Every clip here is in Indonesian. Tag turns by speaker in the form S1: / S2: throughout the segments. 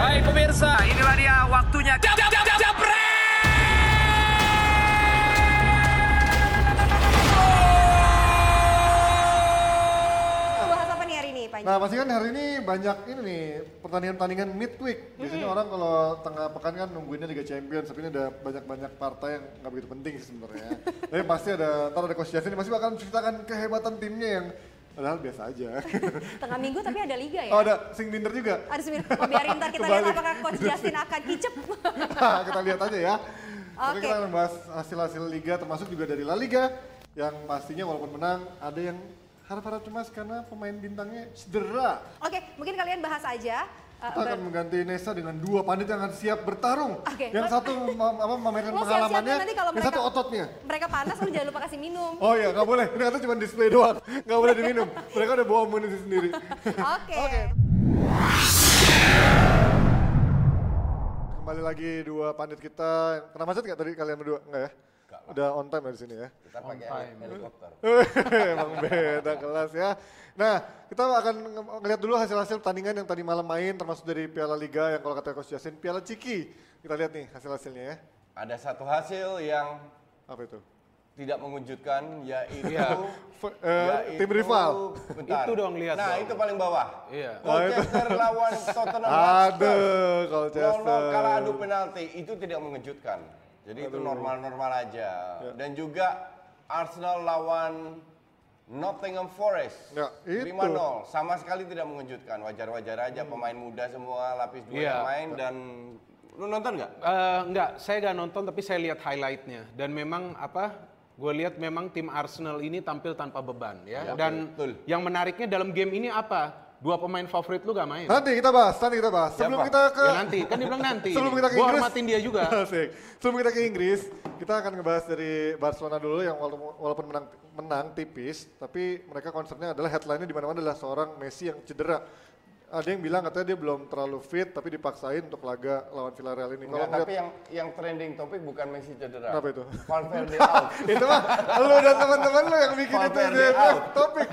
S1: Hai pemirsa, inilah dia waktunya. Jap, jap, jap, japret!
S2: Bahas apa nih hari ini, Panji?
S3: Nah, pasti kan hari ini banyak ini nih pertandingan-pertandingan midweek. Biasanya orang kalau tengah pekan kan nungguinnya Liga Champions, tapi ini ada banyak-banyak partai yang nggak begitu penting sih sebenarnya. tapi pasti ada, ntar ada Coach Justin, pasti bakal menceritakan kehebatan timnya yang padahal biasa aja.
S2: Tengah minggu tapi ada liga ya?
S3: oh ada sing dinner juga.
S2: Ada sembilan. Oh, biarin ntar kita lihat
S3: Kembali.
S2: apakah Coach Justin akan kicep.
S3: kita lihat aja ya. Oke
S2: Oke.
S3: kita akan bahas hasil-hasil liga termasuk juga dari La Liga yang pastinya walaupun menang ada yang harap-harap cemas karena pemain bintangnya cedera.
S2: Oke, mungkin kalian bahas aja. eh,
S3: Kita akan
S2: ber-
S3: mengganti Nesa dengan dua pandit yang akan siap bertarung.
S2: Oke.
S3: Yang satu mem- apa, memamerkan
S2: Lo siap-siapin
S3: pengalamannya,
S2: nanti kalau
S3: yang
S2: mereka-
S3: satu ototnya.
S2: mereka panas, lu jangan lupa kasih minum.
S3: Oh iya, nggak boleh. Ini kata cuma display doang. Nggak boleh diminum. Mereka udah bawa amunisi sendiri.
S2: Oke.
S3: Kembali lagi dua pandit kita. Pernah macet nggak tadi kalian berdua? Nggak ya? Udah on time ya di sini ya.
S4: Kita pakai helikopter.
S3: Emang beda kelas ya. Nah, kita akan nge- ngeliat dulu hasil-hasil pertandingan yang tadi malam main, termasuk dari Piala Liga yang kalau kata Coach Justin, Piala Ciki. Kita lihat nih hasil-hasilnya ya.
S4: Ada satu hasil yang
S3: Apa itu?
S4: tidak mengejutkan yaitu
S3: F- eh,
S4: Ya,
S3: tim rival.
S4: Bentar.
S5: Iya. Itu dong lihat
S4: Nah,
S5: dong.
S4: itu paling bawah.
S5: Iya.
S4: Colchester
S3: Nah,
S4: lawan Tottenham
S3: Ada
S4: Hotspur.
S3: Colchester.
S4: 0-0 kalah adu penalti itu tidak mengejutkan. Jadi itu normal-normal aja.
S3: Ya.
S4: Dan juga Arsenal lawan Nottingham Forest.
S3: Ya, itu. Hmm.
S4: 5-0. Sama sekali tidak mengejutkan. Wajar-wajar aja pemain muda semua lapis dua
S5: Iya.
S4: yang main dan lu nonton nggak?
S5: Eh, enggak, saya nggak nonton tapi saya lihat highlightnya dan memang apa? Gue lihat memang tim Arsenal ini tampil tanpa beban ya.
S3: Iya,
S4: Ya,
S5: dan
S4: betul.
S5: yang menariknya dalam game ini apa? Dua pemain favorit lu gak main?
S3: Nanti kita bahas, nanti kita bahas. Sebelum
S4: Siapa?
S3: kita ke
S5: Ya nanti, kan dia bilang nanti.
S3: Sebelum kita ke
S5: Gua
S3: Inggris.
S5: hormatin dia juga.
S3: Asik. Sebelum kita ke Inggris, kita akan ngebahas dari Barcelona dulu yang walaupun, walaupun menang menang tipis, tapi mereka concernnya adalah headline-nya di mana-mana adalah seorang Messi yang cedera. Ada yang bilang katanya dia belum terlalu fit, tapi dipaksain untuk laga lawan Villarreal ini. Kalau
S4: Enggak, Iya, tapi
S3: ngeliat-
S4: yang yang trending topik bukan Messi cedera.
S3: Kenapa itu?
S4: Valverde out.
S3: itu mah lu dan teman-teman lu yang bikin itu
S4: Valverde
S3: di-
S4: out.
S3: topik.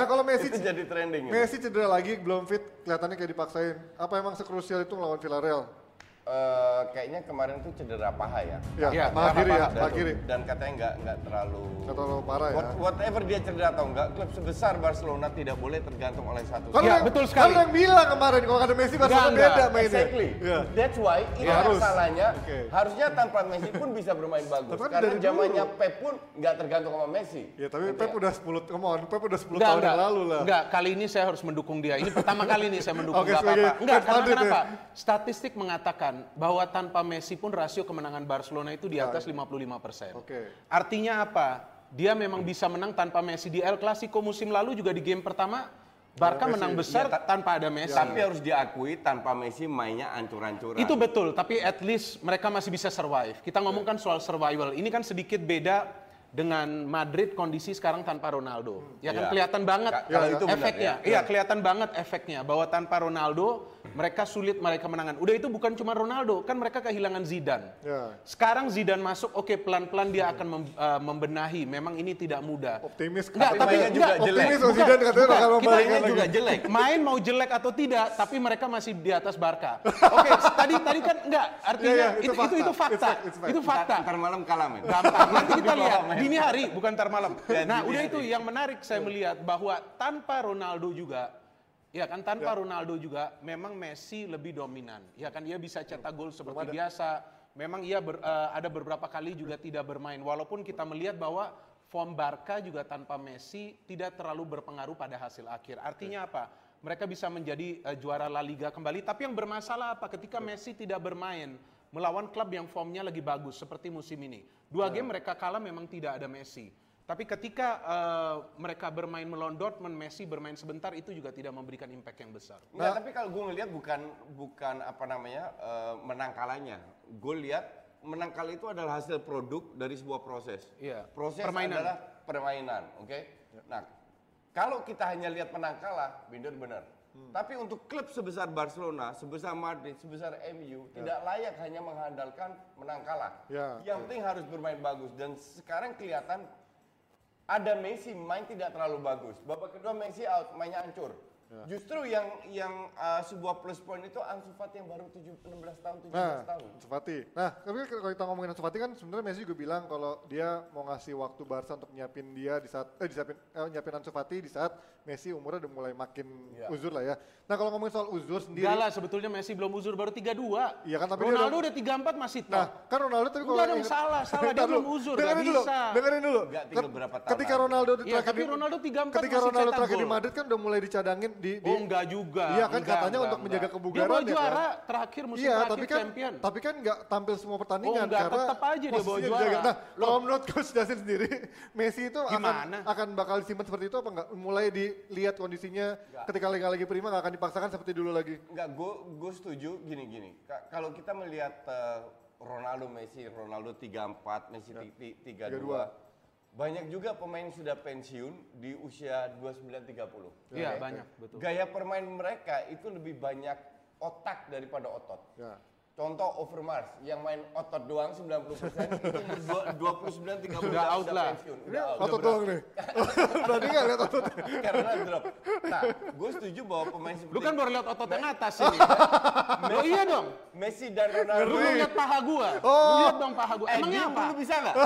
S3: Nah kalau Messi
S4: itu jadi trending. ya?
S3: Messi cedera lagi, belum fit, kelihatannya kayak dipaksain. Apa emang sekrusial itu melawan Villarreal?
S4: Eh, kayaknya kemarin tuh cedera paha ya.
S3: Ya,
S5: Iya,
S3: paha kiri ya,
S4: Dan-
S3: paha kiri.
S4: Dan katanya nggak nggak terlalu.
S3: Nggak terlalu parah ya.
S4: What- whatever dia cedera atau enggak, klub sebesar Barcelona tidak boleh tergantung oleh satu.
S3: Kan
S5: Iya,
S3: yang-
S5: betul
S3: kan
S5: sekali.
S3: yang bilang kemarin kalau ada Messi Barcelona
S5: Enggak,
S3: beda
S5: enggak.
S3: mainnya.
S4: Exactly.
S3: Iya.
S4: That's why itu
S3: Ya, harus.
S4: masalahnya.
S3: Oke.
S4: Harusnya tanpa Messi pun bisa bermain bagus.
S3: Tapi kan
S4: Karena
S3: dari dulu.
S4: zamannya Pep pun nggak tergantung sama Messi.
S3: Ya tapi Pep udah 10 t- come on, Pep udah 10
S5: Enggak,
S3: tahun
S5: enggak.
S3: yang lalu lah.
S5: Enggak, kali ini saya harus mendukung dia. Ini pertama kali ini saya mendukung
S3: Oke,
S5: enggak
S3: sebagai
S5: apa-apa. Enggak,
S3: fans
S5: karena
S3: Madrid ya.
S5: kenapa? Statistik mengatakan bahwa tanpa Messi pun rasio kemenangan Barcelona itu di atas 55%.
S3: Oke.
S5: Artinya apa? Dia memang bisa menang tanpa Messi di El Clasico musim lalu juga di game pertama Barca menang besar
S3: iya.
S4: Ya, ta-
S5: tanpa ada Messi.
S4: Tapi harus diakui tanpa Messi mainnya ancur-ancuran.
S5: Iya. Itu betul, tapi at least mereka masih bisa survive. Kita ngomongkan soal survival. Ini kan sedikit beda dengan Madrid kondisi sekarang tanpa Ronaldo. Ya kan
S4: Iya.
S5: kelihatan banget
S4: Ka- kalau itu benar,
S5: efeknya.
S4: ya.
S5: Iya, kelihatan banget efeknya bahwa tanpa Ronaldo mereka sulit meraih kemenangan. Udah itu bukan cuma Ronaldo, kan mereka kehilangan Zidane.
S3: Ya.
S4: Iya.
S5: Sekarang Zidane masuk, oke pelan-pelan dia akan mem- eh, membenahi. Memang ini tidak mudah.
S3: Optimis
S5: Enggak,
S3: katanya.
S5: tapi
S4: mainnya juga
S5: enggak,
S4: jelek.
S3: Optimis Zidane katanya
S5: bukan.
S3: bakal
S5: Kita
S3: membalikan
S5: mainnya
S3: lagi.
S5: juga jelek. Main mau jelek atau tidak, tapi mereka masih di atas Barca. Oke, tadi tadi kan enggak, artinya
S3: Iya, iya, itu
S5: itu, itu, itu
S3: fakta.
S5: fakta.
S3: It's a- it's a fact.
S5: Itu fakta.
S4: Ntar malam kalah men.
S5: Gampang. Nanti kita lihat dini hari, bukan ntar malam.
S3: Iya,
S4: Ya,
S5: Nah,
S4: dini
S5: udah
S4: hari.
S5: itu yang menarik saya melihat bahwa tanpa Ronaldo juga Ya kan tanpa Ronaldo juga memang Messi lebih dominan. Ya kan dia bisa cetak gol seperti biasa. Memang ia ber- eh, ada beberapa kali juga tidak bermain walaupun kita melihat bahwa form Barca juga tanpa Messi tidak terlalu berpengaruh pada hasil akhir. Artinya apa? Mereka bisa menjadi eh, juara La Liga kembali tapi yang bermasalah apa ketika Messi tidak bermain melawan klub yang formnya lagi bagus seperti musim ini. Dua game mereka kalah memang tidak ada Messi. Tapi ketika eh, mereka bermain melawan Dortmund, Messi bermain sebentar itu juga tidak memberikan impact yang besar.
S4: Nggak, tapi kalau gue ngelihat bukan bukan apa namanya eh, menang kalahnya. Gue lihat menang kalah itu adalah hasil produk dari sebuah proses.
S5: Iya.
S4: Proses
S5: Permainan. Iya.
S4: adalah permainan, oke? Nah, kalau kita hanya lihat menang kalah, bener benar.
S5: Hmm.
S4: Tapi untuk klub sebesar Barcelona, sebesar Madrid, sebesar MU
S5: Iya.
S4: tidak layak hanya mengandalkan menang kalah.
S3: Ya,
S4: Yang penting harus bermain bagus dan sekarang kelihatan ada Messi main tidak terlalu bagus. Babak kedua Messi out, mainnya hancur. Justru yang yang uh, sebuah plus point itu Ansu Fati yang baru 7, 16 tahun, 17
S3: Nah,
S4: tahun.
S3: Ansu Fati. Nah, tapi kalau kita ngomongin Ansu Fati kan sebenarnya Messi juga bilang kalau dia mau ngasih waktu Barca untuk nyiapin dia di saat eh disiapin eh, nyiapin Ansu Fati di saat Messi umurnya udah mulai makin
S4: Iya.
S3: uzur lah ya. Nah, kalau ngomongin soal uzur sendiri,
S5: Enggak lah, sebetulnya Messi belum uzur baru 32.
S3: Iya kan, tapi dia
S5: Ronaldo
S3: udah-
S5: udah 34 masih top.
S3: Nah, kan Ronaldo tapi kalau
S5: Udah Oh. dong, salah, salah. Dia
S3: Bentar dulu,
S5: belum uzur,
S3: Dengerin
S5: nggak
S3: dulu.
S5: bisa.
S3: Dengerin dulu.
S4: Nggak, tinggal
S3: Ket-
S4: berapa tahun
S3: Ketika
S4: lagi.
S3: Ronaldo
S5: Iya,
S3: terakhir
S5: tapi
S3: di-
S5: Ronaldo 34
S3: Ketika
S5: masih
S3: Ronaldo
S5: cetak
S3: terakhir di
S5: gol.
S3: Madrid kan udah mulai dicadangin di, di
S5: Oh enggak juga.
S3: Iya kan
S5: Enggak,
S3: katanya
S5: enggak,
S3: untuk menjaga
S5: enggak.
S3: kebugaran ya
S5: Dia bawa
S3: kan?
S5: juara terakhir musim
S3: Iya,
S5: terakhir
S3: tapi kan
S5: champion.
S3: tapi kan nggak tampil semua pertandingan
S5: Oh, nggak,
S3: karena
S5: tetep aja dia bawa
S3: posisinya
S5: juara.
S3: dijaga. Nah,
S5: Loh.
S3: kalau menurut coach Justin sendiri, Messi itu
S5: Gimana?
S3: akan akan bakal disimpan seperti itu apa nggak? Mulai dilihat kondisinya ketika Liga lagi prima nggak akan dipaksakan seperti dulu lagi.
S4: Enggak, gue gue setuju gini-gini. Ka- Kalau kita melihat eh, Ronaldo, Messi, Ronaldo 34, Messi ti- ti- 32. Banyak juga pemain sudah pensiun di usia 29 30.
S5: Iya,
S4: Oke?
S5: banyak, betul.
S4: Gaya permain mereka itu lebih banyak otak daripada otot.
S3: Ya.
S4: Contoh Overmars yang main otot doang 90% itu dua- 29 30
S5: Udah
S4: tahun
S5: out lah.
S4: pensiun. Udah out.
S3: Otot doang nih. Berarti nggak lihat ototnya.
S4: Karena drop. Nah, gue setuju bahwa pemain seperti
S5: Lu kan baru lihat otot yang atas ini. Lo iya dong.
S4: Messi dan
S5: Lu
S4: Ronaldo
S5: belum lihat paha gua. Lu
S3: Oh.
S5: lihat dong paha gua. Emangnya
S4: Edwin
S5: apa?
S4: dulu bisa nggak?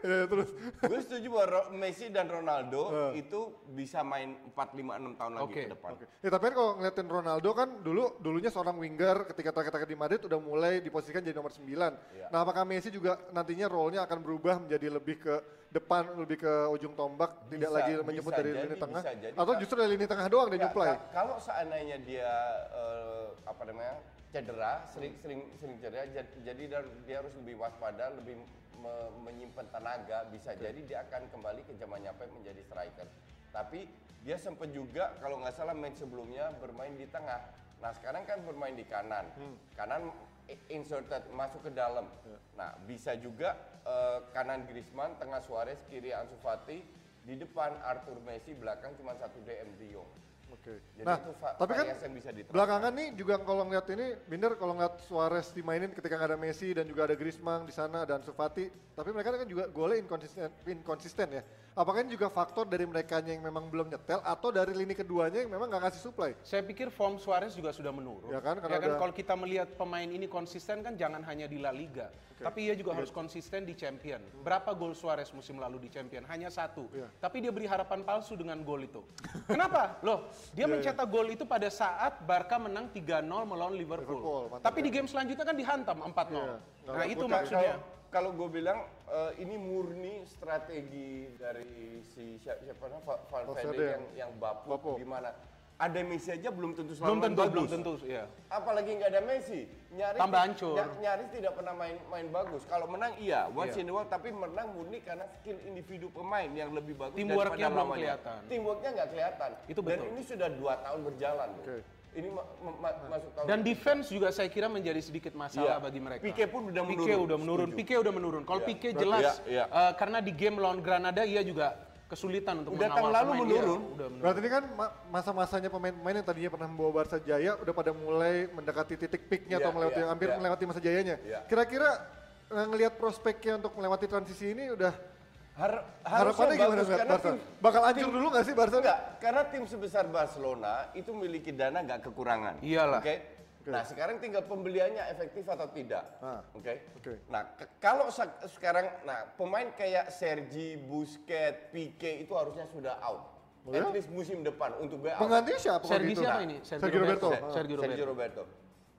S3: Ya, terus
S4: gue setuju bahwa Ro- Messi dan Ronaldo itu bisa main 4, 5, 6 tahun lagi
S5: Hmm. Oke,
S4: ke depan.
S3: Ya tapi kan kalau ngeliatin Ronaldo kan dulu dulunya seorang winger ketika terakhir-terakhir di Madrid udah mulai diposisikan jadi nomor 9.
S4: Iya.
S3: Nah apakah Messi juga nantinya role-nya akan berubah menjadi lebih ke depan, lebih ke ujung tombak, tidak
S4: Bisa,
S3: lagi menjemput
S4: bisa
S3: dari
S4: jadi,
S3: lini
S4: bisa
S3: tengah?
S4: jadi.
S3: Atau justru dari lini tengah doang dia
S4: Nggak,
S3: nyuplai?
S4: ka- Kalau seandainya dia eh, apa namanya cedera, sering sering sering cedera, jad- jadi dar- dia harus lebih waspada, lebih me- menyimpan tenaga. Bisa jadi dia akan kembali ke zamannya Pep menjadi striker. Tapi dia sempat juga kalau nggak salah match sebelumnya bermain di tengah. Nah sekarang kan bermain di kanan,
S3: Hmm.
S4: kanan i- inserted masuk ke dalam.
S3: Ya.
S4: Nah bisa juga eh, kanan Griezmann, tengah Suarez, kiri Ansu Fati, di depan Arthur Messi, belakang cuma satu DM De Jong.
S3: Oke.
S4: Jadi
S3: Nah,
S4: itu va-
S3: tapi kan
S4: variasi yang bisa diterapkan.
S3: belakangan nih juga kalau ngeliat ini, Binder kalau ngeliat Suarez dimainin ketika nggak ada Messi dan juga ada Griezmann di sana dan Sufati, tapi mereka kan juga golnya inkonsisten, inkonsisten ya. Apakah ini juga faktor dari mereka yang memang belum nyetel atau dari lini keduanya yang memang nggak ngasih supply?
S5: Saya pikir form Suarez juga sudah menurun.
S3: Ya kan, karena ada-
S5: kalau kita melihat pemain ini konsisten kan jangan hanya di La Liga, tapi
S3: Iya.
S5: ia juga harus konsisten di Champion. Berapa gol Suarez musim lalu di Champion? Hanya satu.
S3: Iya.
S5: Tapi dia beri harapan palsu dengan gol itu. Kenapa? Loh,
S3: Iya,
S5: dia mencetak gol itu pada saat Barca menang 3-0 melawan Liverpool.
S3: Liverpool, mantap ya. Iya,
S5: tapi di game selanjutnya kan dihantam 4-0.
S3: nggak ya.
S5: Nah,
S3: ada
S5: itu
S3: putar.
S5: maksudnya.
S4: Kalau gue bilang eh, ini murni strategi dari si siapa, siapa namanya, Va- Valverde
S3: Valverde.
S4: yang yang bapu,
S3: Bapu.
S4: gimana? Ada Messi aja belum tentu selalu
S5: Belum
S4: main
S5: tentu,
S4: bagus.
S5: belum tentu, ya.
S4: Apalagi nggak ada Messi, nyaris
S5: Tambah hancur.
S4: ny- nyaris tidak pernah main main bagus. Kalau menang iya, once in a while, tapi menang murni karena skill individu pemain yang lebih bagus
S5: Teamwork-nya
S4: daripada
S5: belum
S4: lawannya.
S5: kelihatan.
S4: Teamworknya nggak kelihatan.
S5: Itu
S4: Dan
S5: betul.
S4: ini sudah dua tahun berjalan. Bro.
S3: Oke.
S4: Ini ma- ma- ma- masuk tahun
S5: Dan defense juga saya kira menjadi sedikit masalah
S4: Iya.
S5: bagi mereka.
S4: Pique pun udah
S5: Pique
S4: menurun,
S5: udah menurun.
S4: setuju.
S5: Pique udah menurun. Kalau Pique
S4: berarti-
S5: jelas
S4: iya, iya.
S5: eh, karena di game lawan Granada ia juga kesulitan untuk
S4: Udah
S5: mengawal
S4: tahun lalu
S5: pemain
S4: menurun.
S5: dia. Udah menurun.
S3: Berarti ini kan ma- masa-masanya pemain-pemain yang tadinya pernah membawa Barca jaya udah pada mulai mendekati titik peaknya
S4: Iya,
S3: atau melewati
S4: iya,
S3: hampir
S4: iya.
S3: melewati masa jayanya.
S4: Iya.
S3: Kira-kira eh, ngelihat prospeknya untuk melewati transisi ini udah
S4: Har-
S3: harapannya
S4: harusnya
S3: gimana
S4: bagus,
S3: ngeliat
S4: karena
S3: Barca?
S4: tim-
S3: Bakal hancur dulu nggak sih Barca?
S4: Enggak, karena tim sebesar Barcelona itu memiliki dana nggak kekurangan.
S5: Iyalah.
S4: Oke. Nah, sekarang tinggal pembeliannya efektif atau tidak.
S3: Ah,
S4: Oke.
S3: oke.
S4: Nah, ke- kalau se- sekarang nah, pemain kayak Sergi, Busquets, Pique itu harusnya sudah out.
S3: Oh ya?
S4: At least musim depan untuk buyout.
S3: Penggantinya siapa? kalau
S5: Sergi
S3: gitu?
S5: siapa ini? Sergi
S3: Sergio Roberto.
S5: Roberto.
S4: Se-
S3: Ah.
S5: Sergio
S4: Sergio Roberto.
S5: Roberto.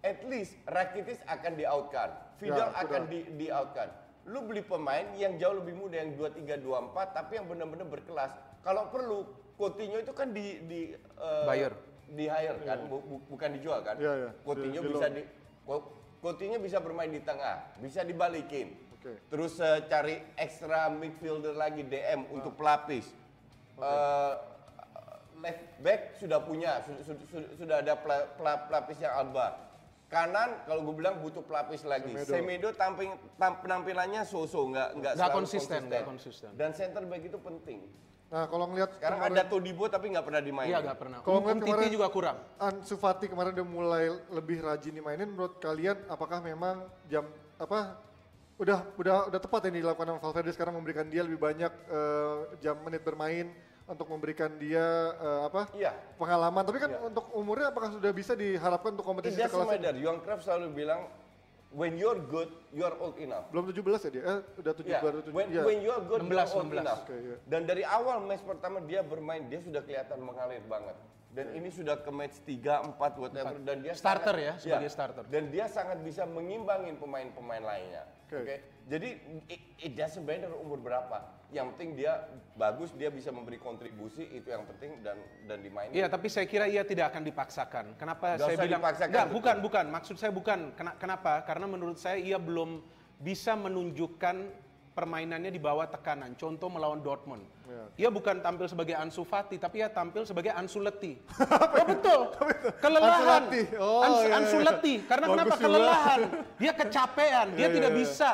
S4: At least Rakitic akan di-outkan. Fidel
S3: Ya,
S4: akan
S3: sudah.
S4: di, di-outkan. Lu beli pemain yang jauh lebih muda yang 2324 tapi yang benar-benar berkelas. Kalau perlu Coutinho itu kan di di eh,
S5: Bayar.
S4: di hire kan, bu- bu- bukan dijual kan?
S3: Iya, iya.
S4: Coutinho
S3: Di- di
S4: bisa
S3: loan.
S4: di Co- Coutinho bisa bermain di tengah, bisa dibalikin.
S3: Oke.
S4: Terus eh, cari extra midfielder lagi DM
S3: Ah.
S4: untuk pelapis. Eh, left back sudah punya, su- su- su- sudah ada pela- pela- pelapis yang Alba. Kanan kalau gue bilang butuh pelapis lagi. Semedo, tamping, tam- penampilannya so-so, nggak nggak
S5: Nggak
S4: selalu
S5: konsisten, nggak konsisten.
S4: Dan center back itu penting.
S3: Nah kalau ngelihat
S4: Sekarang ada Todibo tapi nggak pernah dimainin.
S5: Iya nggak pernah.
S3: Kalau
S5: Um,
S3: ngeliat
S5: Umtiti
S3: kemarin-
S5: juga kurang.
S3: Ansu Fati kemarin udah mulai lebih rajin dimainin menurut kalian apakah memang jam apa udah udah udah tepat yang dilakukan sama Valverde sekarang memberikan dia lebih banyak eh, jam menit bermain untuk memberikan dia eh, apa
S4: Iya.
S3: pengalaman. Tapi kan untuk umurnya apakah sudah bisa diharapkan untuk
S4: It
S3: kompetisi
S4: doesn't
S3: sekelas ini?
S4: matter. Johan Cruyff selalu bilang, when you're good, you're old enough.
S3: Belum 17 ya dia? Eh, udah 17
S4: Ya,
S3: baru 7.
S4: when,
S3: iya.
S4: when you are good,
S5: 16,
S4: you are old
S5: 16.
S4: enough.
S3: Oke, iya.
S4: Dan dari awal match pertama dia bermain, dia sudah kelihatan mengalir banget. Dan ini sudah ke match 3, 4, whatever. Dan dia
S5: Starter
S4: sangat- Iya.
S5: ya, sebagai starter.
S4: Dan dia sangat bisa mengimbangin pemain-pemain lainnya. Oke.
S3: Oke.
S4: Jadi it, it doesn't matter umur berapa. Yang penting dia bagus, dia bisa memberi kontribusi, itu yang penting dan dan dimainin.
S5: Iya, tapi saya kira ia tidak akan dipaksakan. Kenapa
S4: Nggak
S5: saya
S4: usah
S5: bilang
S4: dipaksakan,
S5: Nggak,
S4: betul.
S5: bukan, bukan. Maksud saya bukan. Kena- Kenapa? Karena menurut saya ia belum bisa menunjukkan permainannya di bawah tekanan. Contoh melawan Dortmund. Ia bukan tampil sebagai Ansu Fati, tapi ia tampil sebagai Ansu Leti. oh betul. Kelelahan.
S3: Ansu Leti. Oh,
S5: Ans-
S3: iya, iya.
S5: Ansu Leti. Karena
S3: Bagus
S5: kenapa
S3: juga.
S5: kelelahan? Dia kecapean, dia
S3: iya,
S5: tidak
S3: iya.
S5: bisa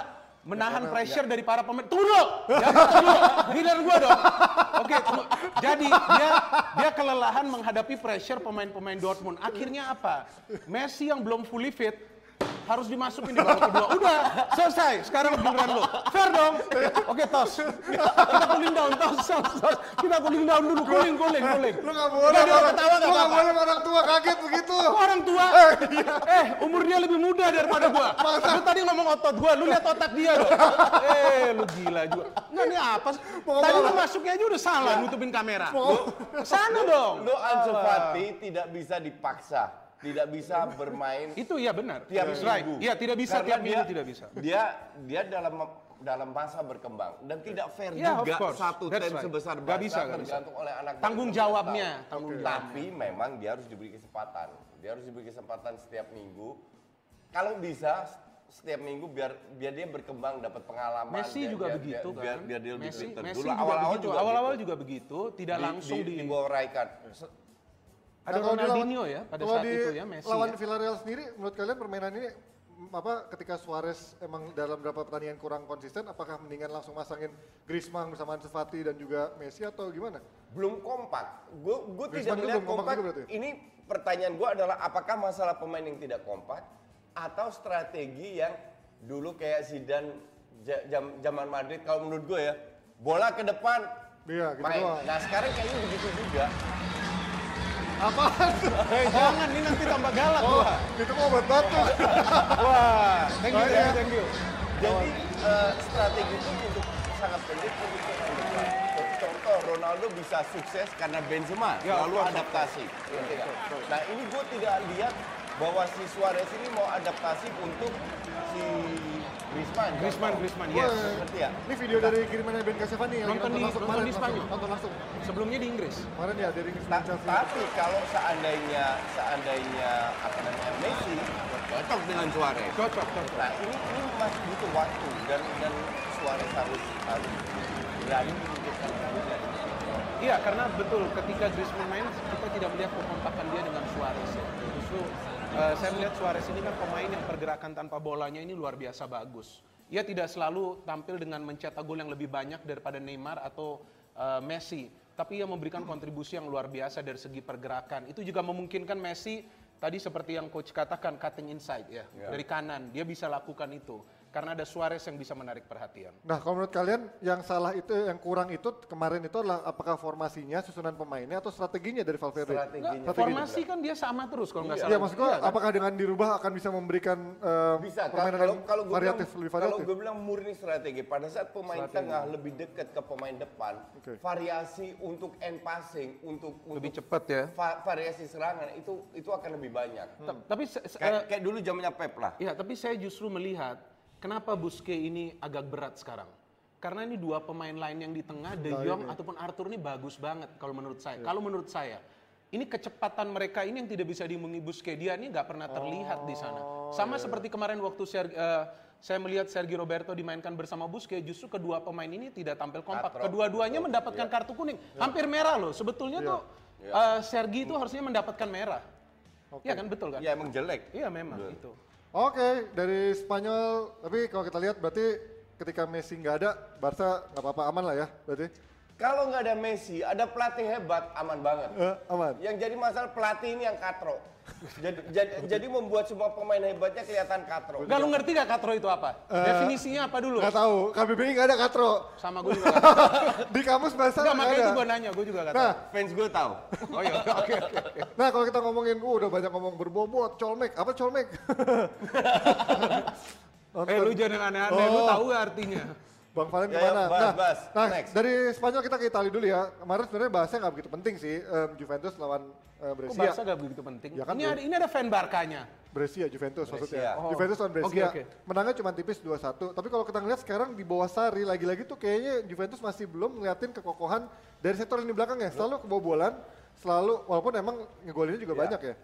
S5: menahan pressure dari para pemain. Tunggu dulu, jangan tunggu. Giliran gua dong. Oke, tunggu. jadi dia dia kelelahan menghadapi pressure pemain-pemain Dortmund. Akhirnya apa? Messi yang belum fully fit harus dimasukin di babak kedua. Udah, selesai. Sekarang giliran lu. Fair dong. Oke, tos. Kita cooling down, tos, tos, tos. Kita cooling down dulu, cooling, cooling, cooling.
S3: Lu gak boleh,
S5: Udah, dia
S3: orang,
S5: ketawa
S3: lu gak
S5: nggak apa-apa.
S3: boleh sama orang tua kaget begitu.
S5: Aku orang tua. Eh, umurnya lebih muda daripada gua. Lu tadi ngomong otot gua, lu lihat otak dia dong. Eh, lu gila juga. Enggak ini apa sih? Tadi lu masuknya aja udah salah nutupin kamera. Sana dong.
S4: Lo Ansu Fati tidak bisa dipaksa, tidak bisa bermain
S5: Itu iya benar.
S4: tiap
S5: That's right.
S4: minggu.
S5: Iya, tidak bisa
S4: Karena
S5: tiap minggu
S4: dia-
S5: tidak bisa.
S4: Dia dia dalam dalam masa berkembang dan tidak fair
S5: Yeah, of
S4: juga
S5: course.
S4: satu
S5: That's
S4: tim
S5: right.
S4: sebesar
S5: Nggak
S4: Barca
S5: bisa, nggak bisa.
S4: tergantung oleh anak
S5: Tanggung
S4: Barca.
S5: jawabnya,
S4: Oke.
S5: tanggung
S4: Tapi memang dia harus diberi kesempatan. Dia harus diberi kesempatan setiap minggu. Kalau bisa setiap minggu biar biar dia berkembang dapat pengalaman.
S5: Messi
S4: biar-
S5: juga
S4: biar-
S5: begitu
S4: biar,
S5: kan.
S4: Biar, biar dia lebih
S5: Messi,
S4: pintar.
S5: Messi
S4: Dulu
S5: juga
S4: awal-awal
S5: begitu.
S4: juga
S5: awal-awal
S4: gitu.
S5: juga begitu, tidak
S4: Di-
S5: langsung di,
S4: di, bawah Rijkaard. Se-
S5: ada
S3: Nah, kalau dilawan-
S5: Ronaldinho ya pada
S3: kalau
S5: saat
S3: di
S5: itu ya Messi.
S3: Lawan
S5: ya.
S3: Villarreal sendiri, menurut kalian permainan ini mm, apa ketika Suarez emang dalam beberapa pertandingan kurang konsisten, apakah mendingan langsung masangin Griezmann bersama Ansu Fati dan juga Messi atau gimana?
S4: belum kompak. Gue gue
S3: Griezmann
S4: tidak
S3: itu
S4: melihat
S3: belum kompak
S4: kompak.
S3: juga berarti? ya?
S4: Ini pertanyaan gue adalah apakah masalah pemain yang tidak kompak atau strategi yang dulu kayak Zidane ja- jam- zaman Madrid kalau menurut gue ya bola ke depan
S3: Iya, gitu
S4: main.
S3: doang.
S4: Nah sekarang kayaknya begitu juga.
S5: Eh, jangan ini nanti tambah galak
S3: Oh,
S5: gua.
S3: itu mau obat batuk.
S5: Wah, thank
S3: Oh,
S5: you, thank
S3: iya.
S5: you, thank you.
S4: Jadi eh, strategi itu untuk sangat penting untuk pemain depan. Contoh Ronaldo bisa sukses karena Benzema
S5: Ya,
S4: lalu
S5: betul,
S4: adaptasi. Ngerti nggak? Nah ini gue tidak lihat bahwa si Suarez ini mau adaptasi untuk si Griezmann.
S5: Griezmann,
S4: Contoh.
S5: Griezmann, yes.
S4: Ngerti ya?
S3: Ini video dari kirimannya Ben Casavani yang
S5: Nonton di-
S3: langsung
S5: nonton
S3: kemarin,
S5: di Spanyol.
S3: langsung- Nonton langsung.
S5: Sebelumnya di Inggris.
S3: Kemarin ya dari Inggris
S5: Nah,
S4: Ta-
S3: dan Chelsea.
S4: Nah, tapi kalau seandainya seandainya apa namanya Messi cocok dengan Suarez.
S5: Cocok, cocok.
S4: Nah ini, ini masih butuh waktu dan dan Suarez harus harus berani menunjukkan kerja.
S5: Iya, karena betul ketika Griezmann main kita tidak melihat kekompakan dia dengan Suarez. Ya. Justru eh, saya melihat Suarez ini kan pemain yang pergerakan tanpa bolanya ini luar biasa bagus. Ia tidak selalu tampil dengan mencetak gol yang lebih banyak daripada Neymar atau eh, Messi, tapi ia memberikan kontribusi yang luar biasa dari segi pergerakan. Itu juga memungkinkan Messi tadi seperti yang coach katakan cutting inside ya, dari kanan dia bisa lakukan itu karena ada Suarez yang bisa menarik perhatian.
S3: Nah, kalau menurut kalian yang salah itu, yang kurang itu kemarin itu adalah apakah formasinya, susunan pemainnya, atau strateginya dari Valverde?
S4: Strateginya.
S5: Nggak, formasi kan dia sama terus kalau nggak salah.
S3: Iya, maksud gua, apakah dengan dirubah akan bisa memberikan eh,
S4: kan? bisa Ka-
S3: permainan
S4: kalau kalau
S3: yang
S4: gue bilang
S3: variatif lebih
S4: kalau
S3: variatif?
S4: gue bilang murni strategi pada saat pemain tengah lebih dekat ke pemain depan
S3: Oke.
S4: variasi untuk end passing untuk
S5: Lebih
S4: untuk
S5: cepat ya.
S4: va- variasi serangan itu itu akan lebih banyak
S5: Ta- Tapi se- se-
S4: kayak,
S5: eh,
S4: kayak dulu zamannya Pep lah
S5: ya, tapi saya justru melihat kenapa Buske ini agak berat sekarang. Karena ini dua pemain lain yang di tengah, De Jong ataupun Arthur ini bagus banget kalau menurut saya. Kalau menurut saya, ini kecepatan mereka ini yang tidak bisa diimungi Buske. Dia ini nggak pernah terlihat di sana. Sama seperti kemarin waktu Ser- eh, saya melihat Sergio Roberto dimainkan bersama Buske, justru kedua pemain ini tidak tampil kompak. Kedua-duanya mendapatkan kartu kuning, hampir merah loh. Sebetulnya tuh eh, Sergi itu harusnya mendapatkan merah. Iya kan betul kan?
S4: ya emang jelek
S5: Iya memang itu.
S3: Oke, dari Spanyol, tapi kalau kita lihat berarti ketika Messi nggak ada, Barca nggak apa-apa aman lah ya, berarti.
S4: Kalau nggak ada Messi, ada pelatih hebat, aman banget.
S3: Eh, aman.
S4: Yang jadi masalah pelatih ini yang katro. jadi, jadi, jadi membuat semua pemain hebatnya kelihatan katro.
S5: Gak lu ngerti gak katro itu apa?
S3: Eh,
S5: Definisinya apa dulu?
S3: Nggak tahu, KBBI nggak ada katro.
S5: Sama gue juga gak tahu.
S3: Di kamus bahasa
S5: Nggak,
S3: nggak
S5: makanya
S3: ada.
S5: itu gue nanya, gue juga gak tahu.
S3: Nah,
S4: Fans gue tahu.
S5: Oh iya, oke oke. oke.
S3: nah kalau kita ngomongin, uh, udah banyak ngomong berbobot, colmek. Apa colmek? Nonton.
S5: Eh lu jangan aneh-aneh, lu
S3: Oh.
S5: tahu gak artinya?
S3: Bang Valen
S4: Ya, ya,
S3: kemana?
S4: bahas,
S3: nah,
S4: bahas.
S3: nah,
S4: Next.
S3: dari Spanyol kita ke Italia dulu ya. Kemarin sebenarnya bahasanya nggak begitu penting sih. Em, Juventus lawan eh,
S5: Kok
S3: Brescia.
S5: bahasa gak begitu penting?
S3: Ya kan,
S5: ini,
S3: Bro.
S5: ada, ini ada fan barkanya.
S3: Brescia, Juventus maksudnya.
S4: Brescia.
S5: Oh.
S3: Juventus lawan
S5: Oke,
S3: Brescia.
S5: oke.
S3: Menangnya cuma tipis 2-1. Tapi kalau kita ngeliat sekarang di bawah Sari lagi-lagi tuh kayaknya Juventus masih belum ngeliatin kekokohan dari sektor lini belakang ya. Selalu kebobolan, selalu walaupun emang ngegolinnya
S4: Iya.
S3: juga banyak ya.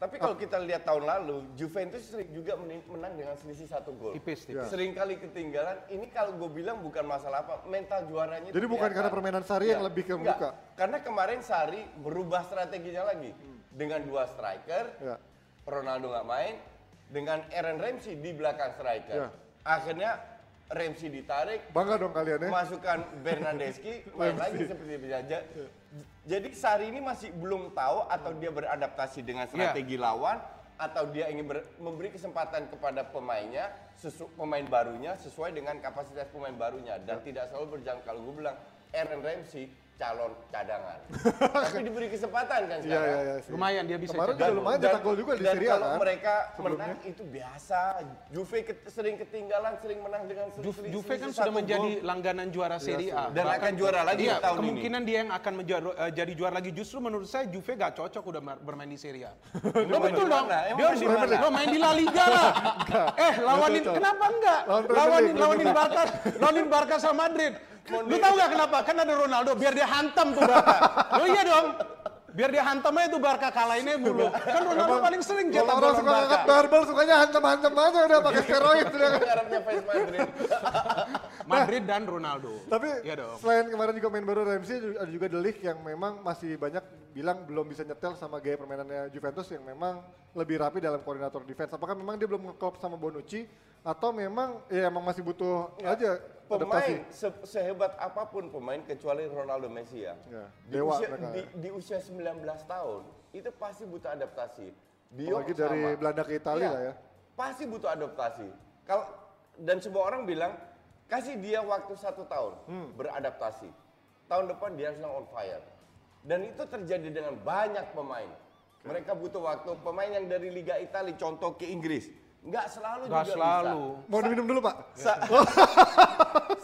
S4: Tapi kalau kita lihat tahun lalu, Juventus sering juga menin- menang dengan selisih satu gol.
S5: Tipis,
S3: Iya. Ya.
S5: tipis.
S4: Sering kali ketinggalan. Ini kalau gue bilang bukan masalah apa, mental juaranya.
S3: Jadi
S4: itu
S3: bukan
S4: kelihatan.
S3: karena permainan Sarri
S4: Iya.
S3: yang lebih ke
S4: Enggak.
S3: muka.
S4: Karena kemarin Sari berubah strateginya lagi
S3: Hmm.
S4: dengan dua striker,
S3: Iya.
S4: Ronaldo nggak main, dengan Aaron Ramsey di belakang
S3: Iya.
S4: striker. Akhirnya Ramsey ditarik,
S3: Bangga dong kalian ya.
S4: masukkan Bernadeschi main lagi seperti biasa. Ja- Jadi Sari ini masih belum tahu atau dia beradaptasi
S3: Iya.
S4: dengan strategi lawan atau dia ingin ber- memberi kesempatan kepada pemainnya, sesu- pemain barunya sesuai dengan kapasitas pemain barunya
S3: Iya.
S4: dan tidak selalu berjalan kalau gue bilang Aaron Ramsey calon cadangan. Tapi diberi kesempatan kan
S3: Iya,
S4: sekarang.
S3: iya, iya. sih.
S5: Lumayan dia bisa
S3: Kemarin
S5: cetak.
S3: juga lumayan
S4: Dan-
S3: cetak gol juga di
S4: dan
S3: Serie A
S4: kalau
S3: kan.
S4: mereka menang itu biasa. Juve ket- sering ketinggalan, sering menang dengan sel-
S5: Ju-
S4: sel-
S5: Juve kan
S4: selisih
S5: sudah
S4: satu
S5: menjadi
S4: gol.
S5: langganan juara
S3: Iya,
S5: Serie A.
S4: Dan akan juara lagi
S5: iya,
S4: tahun ini.
S5: kemungkinan dia yang akan menjuara- eh, jadi juara lagi. Justru menurut saya Juve gak cocok udah mar- bermain di Serie A. Lo
S4: main di
S5: betul dong.
S4: mana? Emang
S5: Dia
S4: main
S5: harus
S4: di
S5: bermain,
S4: mana?
S5: lo main di La Liga lah. eh lawanin,
S3: cocok.
S5: kenapa enggak?
S3: Lawan Premier
S5: Lawanin,
S3: League,
S5: lawanin Barca, lawanin Barca sama Madrid. Lu tahu gak kenapa? Kan ada Ronaldo, biar dia hantam tuh Barca. Oh iya dong. Biar dia hantam aja tuh Barca kalahinnya mulu. Kan Ronaldo paling sering
S3: Kalau
S5: cetak
S3: orang
S5: gol
S3: suka
S5: Barca.
S3: ngangkat barbel, sukanya hantem-hantem aja udah pakai steroid. ya kan? udah.
S4: Harapnya fans Madrid.
S5: Madrid dan Ronaldo.
S4: Nah,
S3: Tapi
S5: iya dong.
S3: selain kemarin juga main baru Ramsey ju- ada juga Delik yang memang masih banyak bilang belum bisa nyetel sama gaya permainannya Juventus yang memang lebih rapi dalam koordinator defense. Apakah memang dia belum ngeklop sama Bonucci atau memang ya emang masih butuh aja adaptasi?
S4: Iya. Pemain se- sehebat apapun pemain kecuali Ronaldo Messi ya.
S3: Ya,
S4: Di,
S3: dewa
S4: usia,
S3: mereka
S4: di, di usia 19 tahun itu pasti butuh adaptasi. Dion
S3: Apalagi dari
S4: sama.
S3: Belanda ke Italia
S4: Iya,
S3: lah ya.
S4: Pasti butuh adaptasi. Kalau dan semua orang bilang kasih dia waktu satu tahun
S5: Hmm.
S4: beradaptasi. Tahun depan dia sedang on fire. Dan itu terjadi dengan banyak pemain. Mereka butuh waktu pemain yang dari Liga Italia contoh ke Inggris. Nggak selalu
S5: Gak
S4: juga
S5: selalu.
S4: bisa.
S3: Mau diminum dulu pak?
S4: Sa-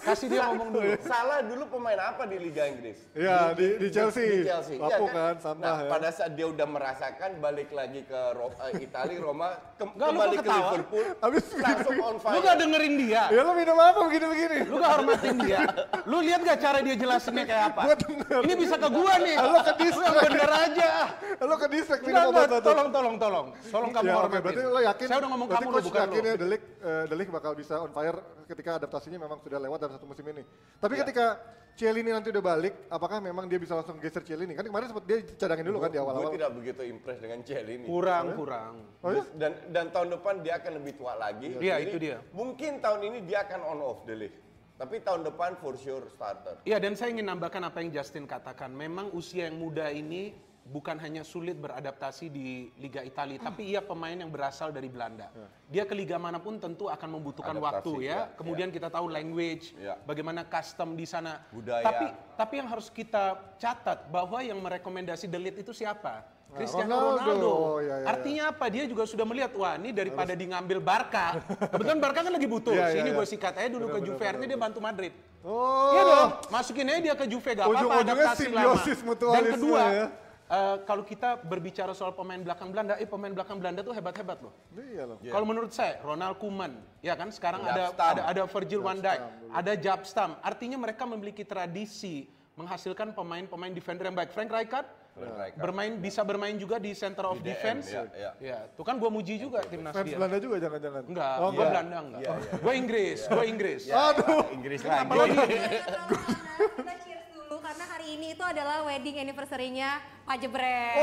S5: Kasih dia ngomong dulu.
S4: Salah dulu pemain apa di Liga Inggris?
S3: Iya di, di Chelsea.
S4: Di Chelsea. iya
S3: Laku kan,
S4: nah,
S3: sampah ya.
S4: pada saat dia udah merasakan balik lagi ke Ro eh, Italia, Roma, ke
S5: Nggak, lu
S4: kembali
S5: kok
S4: ke
S5: ketawa?
S4: Liverpool,
S3: Habis
S4: langsung on
S5: Lu
S4: fire.
S5: gak dengerin dia.
S3: Ya lo minum apa begini-begini?
S5: Lu gak hormatin dia. Lu lihat gak cara dia jelasinnya kayak apa?
S3: Gua denger.
S5: Ini bisa ke gua nih.
S3: Lu ke
S5: Lu yang bener aja.
S3: Lo ke distract
S5: Enggak,
S3: minum
S5: enggak.
S3: obat satu.
S5: Tolong, tolong, tolong. Tolong kamu
S3: Ya, oke,
S5: hormatin.
S3: berarti lo yakin?
S5: Saya udah ngomong
S3: berarti
S5: kamu lo
S3: coach
S5: bukan
S3: yakin
S5: lo.
S3: ya Delik, eh, Delik bakal bisa on fire ketika adaptasinya memang sudah lewat dalam satu musim ini. Tapi
S5: Iya.
S3: ketika Cielini nanti udah balik, apakah memang dia bisa langsung geser Cielini? Kan kemarin sempat dia cadangin dulu kan di
S4: Gue
S3: awal-awal.
S4: tidak begitu impress dengan Ciel ini.
S5: Kurang, kurang. Oh,
S4: Dan dan tahun depan dia akan lebih tua lagi.
S5: Iya,
S4: Jadi,
S5: itu dia.
S4: Mungkin tahun ini dia akan on off the league. Tapi tahun depan for sure starter.
S5: Iya, dan saya ingin nambahkan apa yang Justin katakan. Memang usia yang muda ini bukan hanya sulit beradaptasi di Liga Italia, tapi ia pemain yang berasal dari Belanda. Dia ke liga manapun tentu akan membutuhkan
S4: Adaptasi,
S5: waktu
S4: ya,
S5: ya. Kemudian kita tahu language,
S4: Ya.
S5: bagaimana custom di sana.
S4: Budaya.
S5: Tapi tapi yang harus kita catat bahwa yang merekomendasi Delit itu siapa? Cristiano
S3: Ronaldo.
S5: Ronaldo.
S3: Oh, ya, ya, ya.
S5: Artinya apa? Dia juga sudah melihat wah ini daripada di ngambil Barca. Kebetulan Barca kan lagi butuh.
S3: Ya, ya,
S5: Sini
S3: ya.
S5: gue sikat aja dulu ke Juve. Artinya dia bantu Madrid.
S3: Oh,
S5: Iya dong, masukin aja dia ke Juve gak apa-apa
S3: Ujung-ujungnya
S5: adaptasi lama.
S3: simbiosis
S5: Dan
S3: mutualisme
S5: kedua,
S3: ya.
S5: eh, kalau kita berbicara soal pemain belakang Belanda, eh pemain belakang Belanda tuh hebat-hebat loh.
S3: iya loh.
S5: Kalau menurut saya, Ronald Koeman, ya kan sekarang ada,
S4: Japstam.
S5: ada ada Virgil van Dijk, ada Japstam. Artinya mereka memiliki tradisi menghasilkan pemain-pemain defender yang baik. Frank Rijkaard
S4: Rijkaard. Ya.
S5: bermain bisa bermain juga di center of
S4: Di DM,
S5: defense.
S4: ya, ya.
S5: Ya, tuh kan gua muji juga timnas
S3: Fans
S5: dia.
S3: Belanda juga jangan-jangan.
S5: Iya. Enggak, Iya.
S3: Oh,
S5: gua
S3: enggak.
S5: Belanda enggak.
S4: Iya,
S5: Gua Inggris,
S4: Ya.
S5: gua Inggris.
S3: Aduh.
S4: Inggris
S5: Kenapa
S4: lagi.
S5: lagi?
S2: Kita cheers dulu karena hari ini itu adalah wedding anniversary-nya Pak Jebret.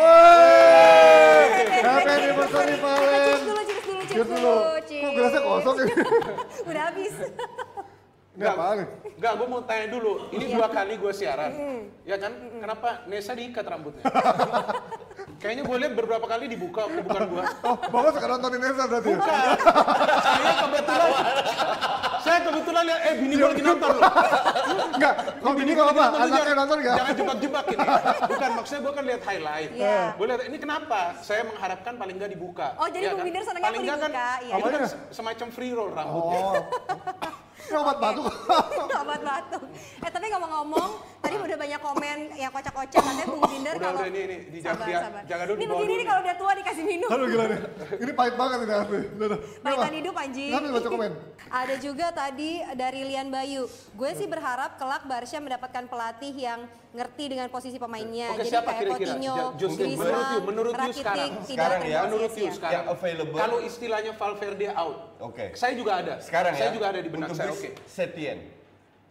S3: Woi. Happy
S2: Cheers
S3: anniversary Valen.
S2: dulu, cheers dulu, cheers
S3: Cheers
S2: dulu,
S3: dulu.
S2: cheers.
S3: Kok gelasnya kosong ya?
S2: Udah habis.
S3: Ini apaan nih?
S5: Enggak, gue mau tanya dulu. Ini
S2: Iya.
S5: dua kali gue siaran. Ya kan? Kenapa Nesa diikat rambutnya? Kayaknya gue lihat beberapa kali dibuka, bukan gue.
S3: Oh, Bapak suka nonton Indonesia berarti ya?
S5: Bukan. saya kebetulan, saya kebetulan lihat, eh bini gue lagi nonton loh.
S3: Enggak, kalau
S5: Bini
S3: ini
S5: gua
S3: kalau Iya. apa?
S5: lagi lu
S3: Anaknya
S5: jangan-
S3: nonton nggak?
S5: Jangan jebak-jebak ini. Bukan, maksudnya gue kan lihat highlight.
S2: Iya.
S5: Gue lihat, ini kenapa? Saya mengharapkan paling nggak dibuka.
S2: Oh, jadi
S5: Iya
S2: Bung Binder senangnya
S5: Paling
S2: aku
S5: nggak
S2: dibuka,
S5: Kan,
S2: iya.
S5: Itu kan
S3: Apanya?
S5: se- semacam free roll rambutnya.
S3: Oh. Ini obat batuk.
S2: obat batuk. Eh tapi ngomong-ngomong, tadi udah banyak komen yang kocak-kocak katanya Bung Binder
S5: Udah,
S2: kalau
S5: udah, ini, ini, di- jangan- jangan dulu,
S2: Ini
S5: dibawa
S2: begini
S5: dulu.
S2: nih kalau udah tua dikasih minum.
S3: Aduh gila nih. Ini pahit banget ini asli. Udah, udah. Ini apa?
S2: Pahitan hidup anjing.
S3: Kenapa baca komen?
S2: Ada juga tadi dari Lian Bayu. Gue sih berharap kelak Barsha mendapatkan pelatih yang ngerti dengan posisi pemainnya.
S5: Oke,
S2: Jadi
S5: siapa
S2: kayak
S5: kira-kira?
S2: Coutinho,
S5: Ja- Jose, menurut you-
S2: Griezmann,
S5: menurut you
S2: Rakitic
S5: sekarang?
S2: tidak
S4: Sekarang
S2: akan
S4: ya.
S5: Menurut you
S2: sia-sia.
S5: sekarang,
S4: Yang available.
S5: kalau istilahnya Valverde out,
S4: Oke.
S5: saya juga ada.
S4: Sekarang
S5: saya
S4: ya.
S5: juga ada di benak
S4: untuk
S5: saya.
S4: bis-
S5: Oke.
S4: Setien.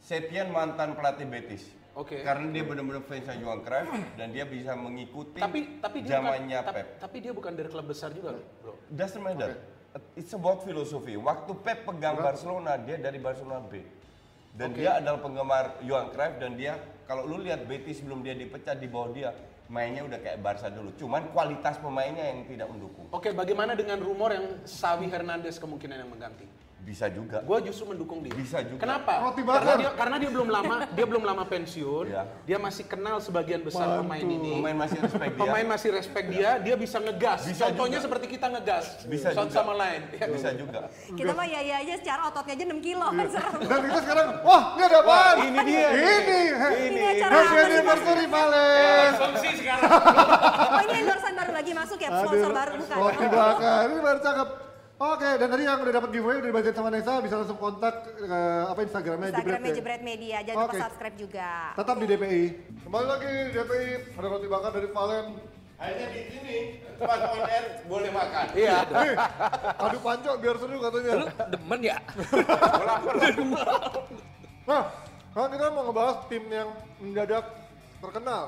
S4: Setien mantan pelatih Betis.
S5: Oke.
S4: Karena dia benar-benar fansnya Johan Cruyff dan dia bisa mengikuti
S5: Tapi tapi dia
S4: zamannya
S5: bukan,
S4: Pep.
S5: tap- tapi dia bukan dari klub besar juga, loh, Bro.
S4: Doesn't matter. It's about philosophy. Waktu Pep pegang Barcelona, dia dari Barcelona B. Dan dia adalah penggemar Johan Cruyff dan dia kalau lu lihat Betis sebelum dia dipecat di bawah dia mainnya udah kayak Barca dulu. Cuman kualitas pemainnya yang tidak mendukung.
S5: Oke, bagaimana dengan rumor yang Sawi Hernandez kemungkinan yang mengganti?
S4: Bisa juga.
S5: Gue justru mendukung dia.
S4: Bisa juga.
S5: Kenapa?
S3: Roti bakar.
S5: karena dia karena dia belum lama dia belum lama pensiun.
S4: Iya.
S5: Dia masih kenal sebagian besar pemain ini.
S4: Pemain masih respect dia.
S5: Pemain masih respect dia, dia bisa ngegas.
S4: Bisa
S5: Contohnya
S4: juga.
S5: seperti kita ngegas.
S4: Bisa
S5: satu
S4: juga.
S5: sama lain. Ya.
S4: Bisa juga.
S2: Kita mah ya ya aja secara ototnya aja 6 kilo
S5: Iya.
S2: kan serem.
S3: Dan kita sekarang, wah ini ada apaan?
S5: Wah, ini dia nih.
S3: Ini.
S2: Ini
S3: Ini.
S2: acara apa
S3: Happy
S2: sih,
S3: anniversary Valen.
S2: Oh ini endorsan baru lagi masuk ya, sponsor baru bukan.
S3: Wah, ini
S2: Oh.
S3: bakar. Ini baru cakep. Oke, dan tadi yang udah dapat giveaway udah dibacain sama Nesa bisa langsung kontak ke apa Instagramnya
S2: Instagramnya
S3: Jebret ya?
S2: Jebret Media, jangan lupa
S3: Oke.
S2: subscribe juga.
S3: Tetap di DPI. Kembali lagi di DPI ada roti bakar dari Valen.
S4: Akhirnya di sini pas on air boleh makan.
S5: Iya.
S3: Nih, adu panco biar seru katanya.
S1: Demen ya?
S3: Nah, sekarang kita mau ngebahas tim yang mendadak terkenal.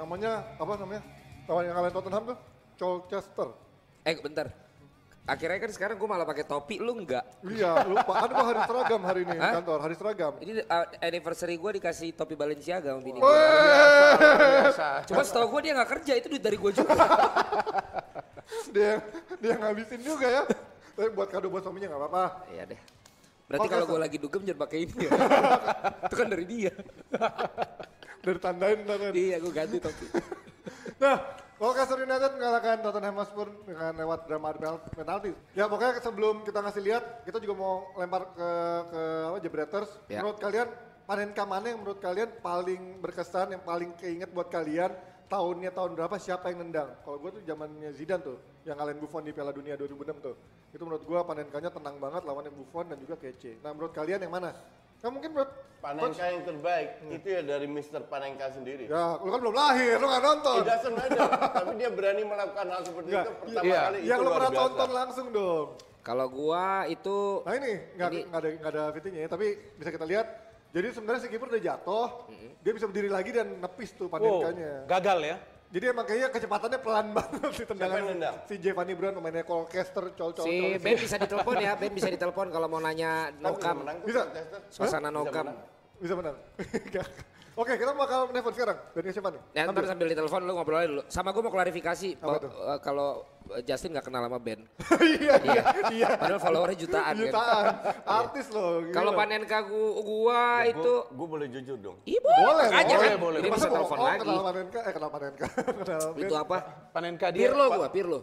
S3: Namanya apa namanya? Lawan yang kalian Tottenham tuh Colchester.
S1: Eh bentar. Akhirnya kan sekarang gue malah pakai topi, lu enggak.
S3: Iya, lupa. Kan gua hari seragam hari ini di
S1: Hah?
S3: kantor, hari seragam.
S1: Ini uh, anniversary gue dikasih topi Balenciaga sama bini gue.
S3: Weh,
S1: Cuma setahu gue dia nggak kerja, itu duit dari gue juga.
S3: dia dia ngabisin juga ya. Tapi buat kado buat suaminya nggak apa-apa. Oh,
S1: Iya deh. Berarti
S3: Oke,
S1: kalau
S3: so-
S1: gue lagi dugem jangan pakai ini ya. itu kan dari dia.
S3: Dari tandain ntar kan.
S1: Iya, gue ganti topi.
S3: Nah, Colchester United mengalahkan Tottenham Hotspur dengan lewat drama adu penal- penalti. Ya pokoknya sebelum kita ngasih lihat, kita juga mau lempar ke ke apa Jebreters.
S1: Ya.
S3: Menurut kalian Panenka mana yang menurut kalian paling berkesan, yang paling keinget buat kalian? Tahunnya tahun berapa siapa yang nendang? Kalau gue tuh zamannya Zidane tuh, yang ngalahin Buffon di Piala Dunia 2006 tuh. Itu menurut gue Panenkanya tenang banget lawannya Buffon dan juga kece. Nah menurut kalian yang mana? Nah mungkin menurut
S4: Panenka yang terbaik itu ya dari Mr. Panenka sendiri.
S3: Hmm. Ya, lu kan belum lahir, lu gak nonton.
S4: Tidak sengaja, tapi dia berani melakukan hal seperti
S3: Enggak.
S4: itu pertama
S5: Iya.
S4: kali.
S3: yang
S4: itu
S3: lu
S4: luar
S3: pernah
S4: biasa.
S3: tonton langsung dong.
S1: Kalau gue itu
S3: Nah ini nggak
S1: Ini-
S3: nggak ada nggak ada fittingnya ya, tapi bisa kita lihat. Jadi sebenarnya si kiper udah jatuh, dia bisa berdiri lagi dan nepis tuh
S5: Wow,
S4: Oh,
S3: panenkanya.
S5: gagal ya.
S3: Jadi emang kayaknya kecepatannya pelan banget si tendangan
S4: yang nendang?
S3: si Giovanni Brown pemainnya Colchester col col. col.
S1: si Ben bisa ditelepon ya, Ben bisa ditelepon kalau mau nanya
S4: Tahu bisa
S1: nokam.
S4: menang tuh,
S3: Bisa.
S4: Manchester.
S1: Suasana nokam.
S3: Bisa benar. Nggak. Oke, kita bakal menelpon sekarang. Dari siapa nih?
S1: Ya ntar
S3: Ambil.
S1: sambil ditelepon lu ngobrol aja dulu. Sama gue mau klarifikasi bahwa,
S3: tuh?
S1: eh, kalau eh, Justin gak kenal sama Ben.
S3: Iya, iya, iya.
S1: Padahal followernya jutaan kan.
S3: Jutaan. iya. Artis loh. gila.
S1: Kalau Panenka gua, gua itu
S4: Gua- gua boleh jujur dong.
S1: Ibu,
S3: boleh,
S1: makanya
S3: boleh,
S1: kan.
S5: boleh.
S1: Dia
S3: Masa
S1: bisa
S3: bohong?
S1: telepon
S3: Oh,
S1: lagi.
S3: Kenal Panenka, eh kenal Panenka. kenal
S1: Itu apa?
S5: Panenka dia.
S1: Pirlo
S5: Pa-
S1: gua, Pirlo.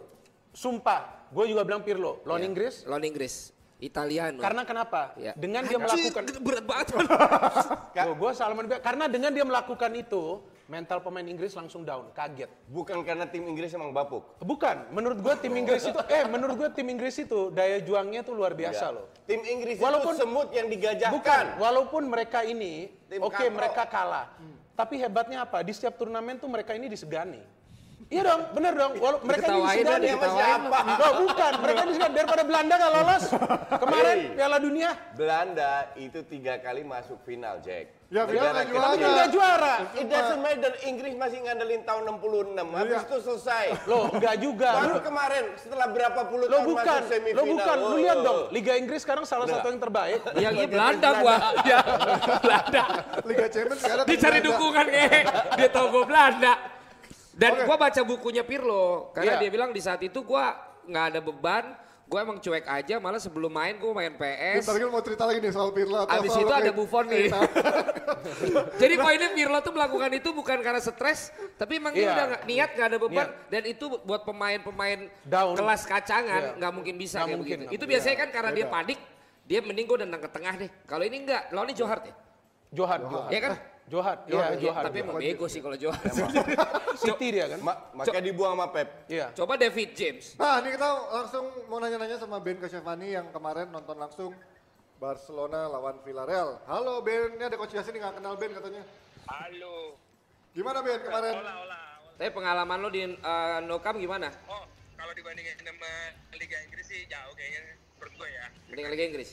S5: Sumpah, gue juga bilang Pirlo. Lawan
S4: Iya.
S5: Inggris.
S1: Lawan Inggris. Italiano.
S5: Karena kenapa?
S1: Ya.
S5: Dengan dia
S1: Anjir,
S5: melakukan
S1: berat banget.
S5: gue Salman bilang, karena dengan dia melakukan itu, mental pemain Inggris langsung down, kaget.
S4: Bukan karena tim Inggris emang bapuk.
S5: Bukan, menurut gue tim Inggris itu, eh menurut gue tim Inggris itu daya juangnya tuh luar biasa
S4: Enggak.
S5: loh.
S4: Tim Inggris
S5: Walaupun-
S4: itu semut yang digajahkan.
S5: Bukan, walaupun mereka
S4: Ya,
S5: ini,
S4: kan? Tim
S5: oke
S4: kaprok.
S5: mereka kalah. Tapi hebatnya apa? Di setiap turnamen tuh mereka ini disegani. Iya dong, bener dong. Walau mereka ini
S1: Diketawain
S5: Sudan ya
S1: dan
S5: Mas ya.
S1: diketawain.
S5: Oh, bukan, mereka di Sudan daripada Belanda nggak lolos kemarin
S4: Hey.
S5: Piala Dunia.
S4: Belanda itu tiga kali masuk final, Jack.
S3: Ya, final
S4: Negara
S3: nggak
S4: kecil.
S5: Tapi kan
S3: Juara.
S5: nggak juara.
S4: It doesn't matter, Inggris masih ngandelin tahun 66, habis
S3: Iya.
S4: itu selesai.
S5: Loh, nggak juga.
S4: Baru
S5: Lu-
S4: kemarin, setelah berapa puluh
S5: Lo
S4: tahun
S5: bukan,
S4: masuk semifinal.
S5: lo bukan,
S4: Oh,
S5: lu lihat
S4: oh,
S5: dong.
S4: oh.
S5: Liga Inggris sekarang salah satu yang terbaik.
S1: Iya, iya Belanda gua. Iya, Belanda.
S3: Liga Champions nggak ada. tapi nggak
S1: Dicari
S3: ada.
S1: dukungan ngehe. Dia tahu gua Belanda. Dan
S3: Oke.
S1: gua baca bukunya Pirlo karena
S5: Iya.
S1: dia bilang di saat itu gua nggak ada beban, gua emang cuek aja, malah sebelum main gua main PS.
S3: Bentar lagi mau cerita lagi nih soal Pirlo atau
S1: Abis
S3: soal
S1: itu
S3: Lukaku.
S1: ada Buffon nih. Jadi poinnya Pirlo tuh melakukan itu bukan karena stres, tapi emang dia
S5: Iya.
S1: udah nggak- niat nggak ada beban
S5: Niat.
S1: dan itu buat pemain-pemain
S5: Down.
S1: kelas kacangan
S5: Iya.
S1: nggak mungkin bisa
S5: Nggak
S1: kayak
S5: mungkin,
S1: begitu.
S5: nggak
S1: Itu
S5: mungkin. Iya.
S1: biasanya kan karena dia panik, dia mending gue tendang ke tengah deh. Kalau ini enggak, lawannya Johar ya.
S5: Johan, Johan.
S1: Iya kan?
S5: Johan, iya
S1: Johar,
S5: Johan.
S1: tapi emang bego sih kalau Johar.
S5: City dia kan?
S4: Ma- makanya dibuang sama Pep.
S5: Iya.
S1: Coba David James.
S3: Nah, ini kita langsung mau nanya-nanya sama Ben Kasyafani yang kemarin nonton langsung Barcelona lawan Villarreal. Halo Ben, ini ada coach Yasin nggak kenal Ben katanya.
S6: Halo.
S3: Gimana Ben kemarin?
S6: Hola, hola.
S1: Tapi pengalaman lo di eh, No Camp gimana?
S6: Oh, kalau dibandingin sama Liga Inggris sih jauh kayaknya menurut gue ya.
S1: Mendingan Liga Inggris.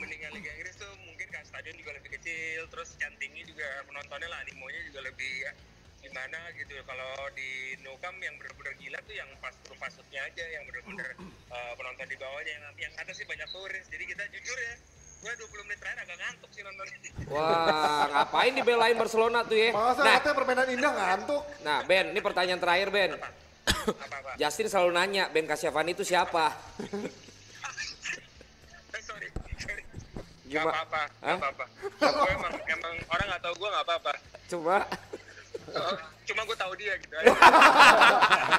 S6: Mendingan Liga Inggris tuh mungkin kan stadion juga lebih kecil, terus cantingnya juga penontonnya lah animonya juga lebih ya, gimana gitu. Kalau di No Camp yang benar-benar gila tuh yang pas turun pasutnya aja, yang benar-benar eh, penonton di bawahnya yang yang atas sih banyak turis. Jadi kita jujur ya, gue 20 menit terakhir agak ngantuk sih nonton.
S1: Wah, ngapain dibelain Barcelona tuh ya?
S3: Masa
S1: Nah,
S3: katanya permainan indah ngantuk.
S1: nah Ben, ini pertanyaan terakhir Ben.
S6: Apa-apa.
S1: Justin selalu nanya Ben Kasyafani itu siapa?
S6: Eh, sorry, sorry. Gak
S1: Gimana?
S6: apa-apa,
S1: Hah?
S6: gak apa-apa. Gue emang, emang orang gak tau gue gak apa-apa.
S1: Coba.
S6: Oh, Cuma gue tahu dia gitu aja.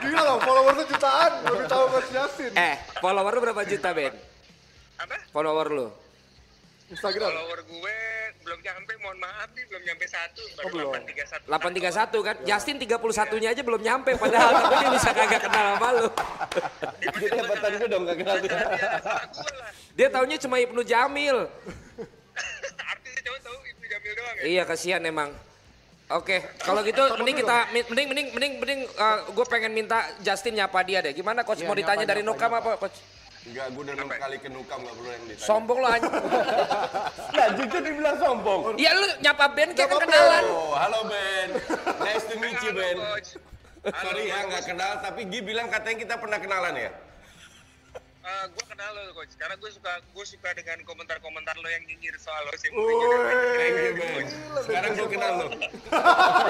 S3: Gila loh, followersnya jutaan, lebih tahu coach Yasin.
S1: Eh, follower lu berapa juta Ben?
S6: Apa?
S1: Follower lu?
S3: Instagram.
S6: Follower gue belum nyampe, mohon maaf nih, belum nyampe satu.
S3: Oh, belum.
S6: Baru 831.
S1: 831 kan? Justin 31-nya aja belum nyampe padahal tapi dia bisa kagak kenal sama lu.
S4: Jadi dapetan gue dong, gak kenal tuh.
S6: Gue Nah, lah.
S1: Dia taunya cuma Ibnu Jamil.
S6: Artinya cowok tahu Ibu Jamil doang ya.
S1: Iya kasihan emang. Oke, kalau gitu mending kita mending mending mending mending gue pengen minta Justin nyapa dia deh. Gimana coach
S5: Iya,
S1: mau ditanya
S5: nyapa,
S1: dari
S5: nyapa,
S1: Nukam
S5: nyapa.
S1: apa coach?
S4: Enggak, gue udah enam kali ke Nukam, gak perlu yang ditanya.
S1: Sombong lo aja.
S4: Nah, jujur dibilang sombong.
S1: Iya lu nyapa Ben kayak kenalan.
S4: Oh, halo Ben. Nice to meet you,
S6: Halo,
S4: Ben.
S6: Coach. Halo,
S4: Sorry ya, nggak kenal, tapi Gi bilang katanya kita pernah kenalan ya?
S6: Eh, gue kenal lo coach, karena gue suka gue suka dengan komentar-komentar lo yang nyinyir soal lo sih.
S4: Thank you, Ben. Sekarang gue kenal lo.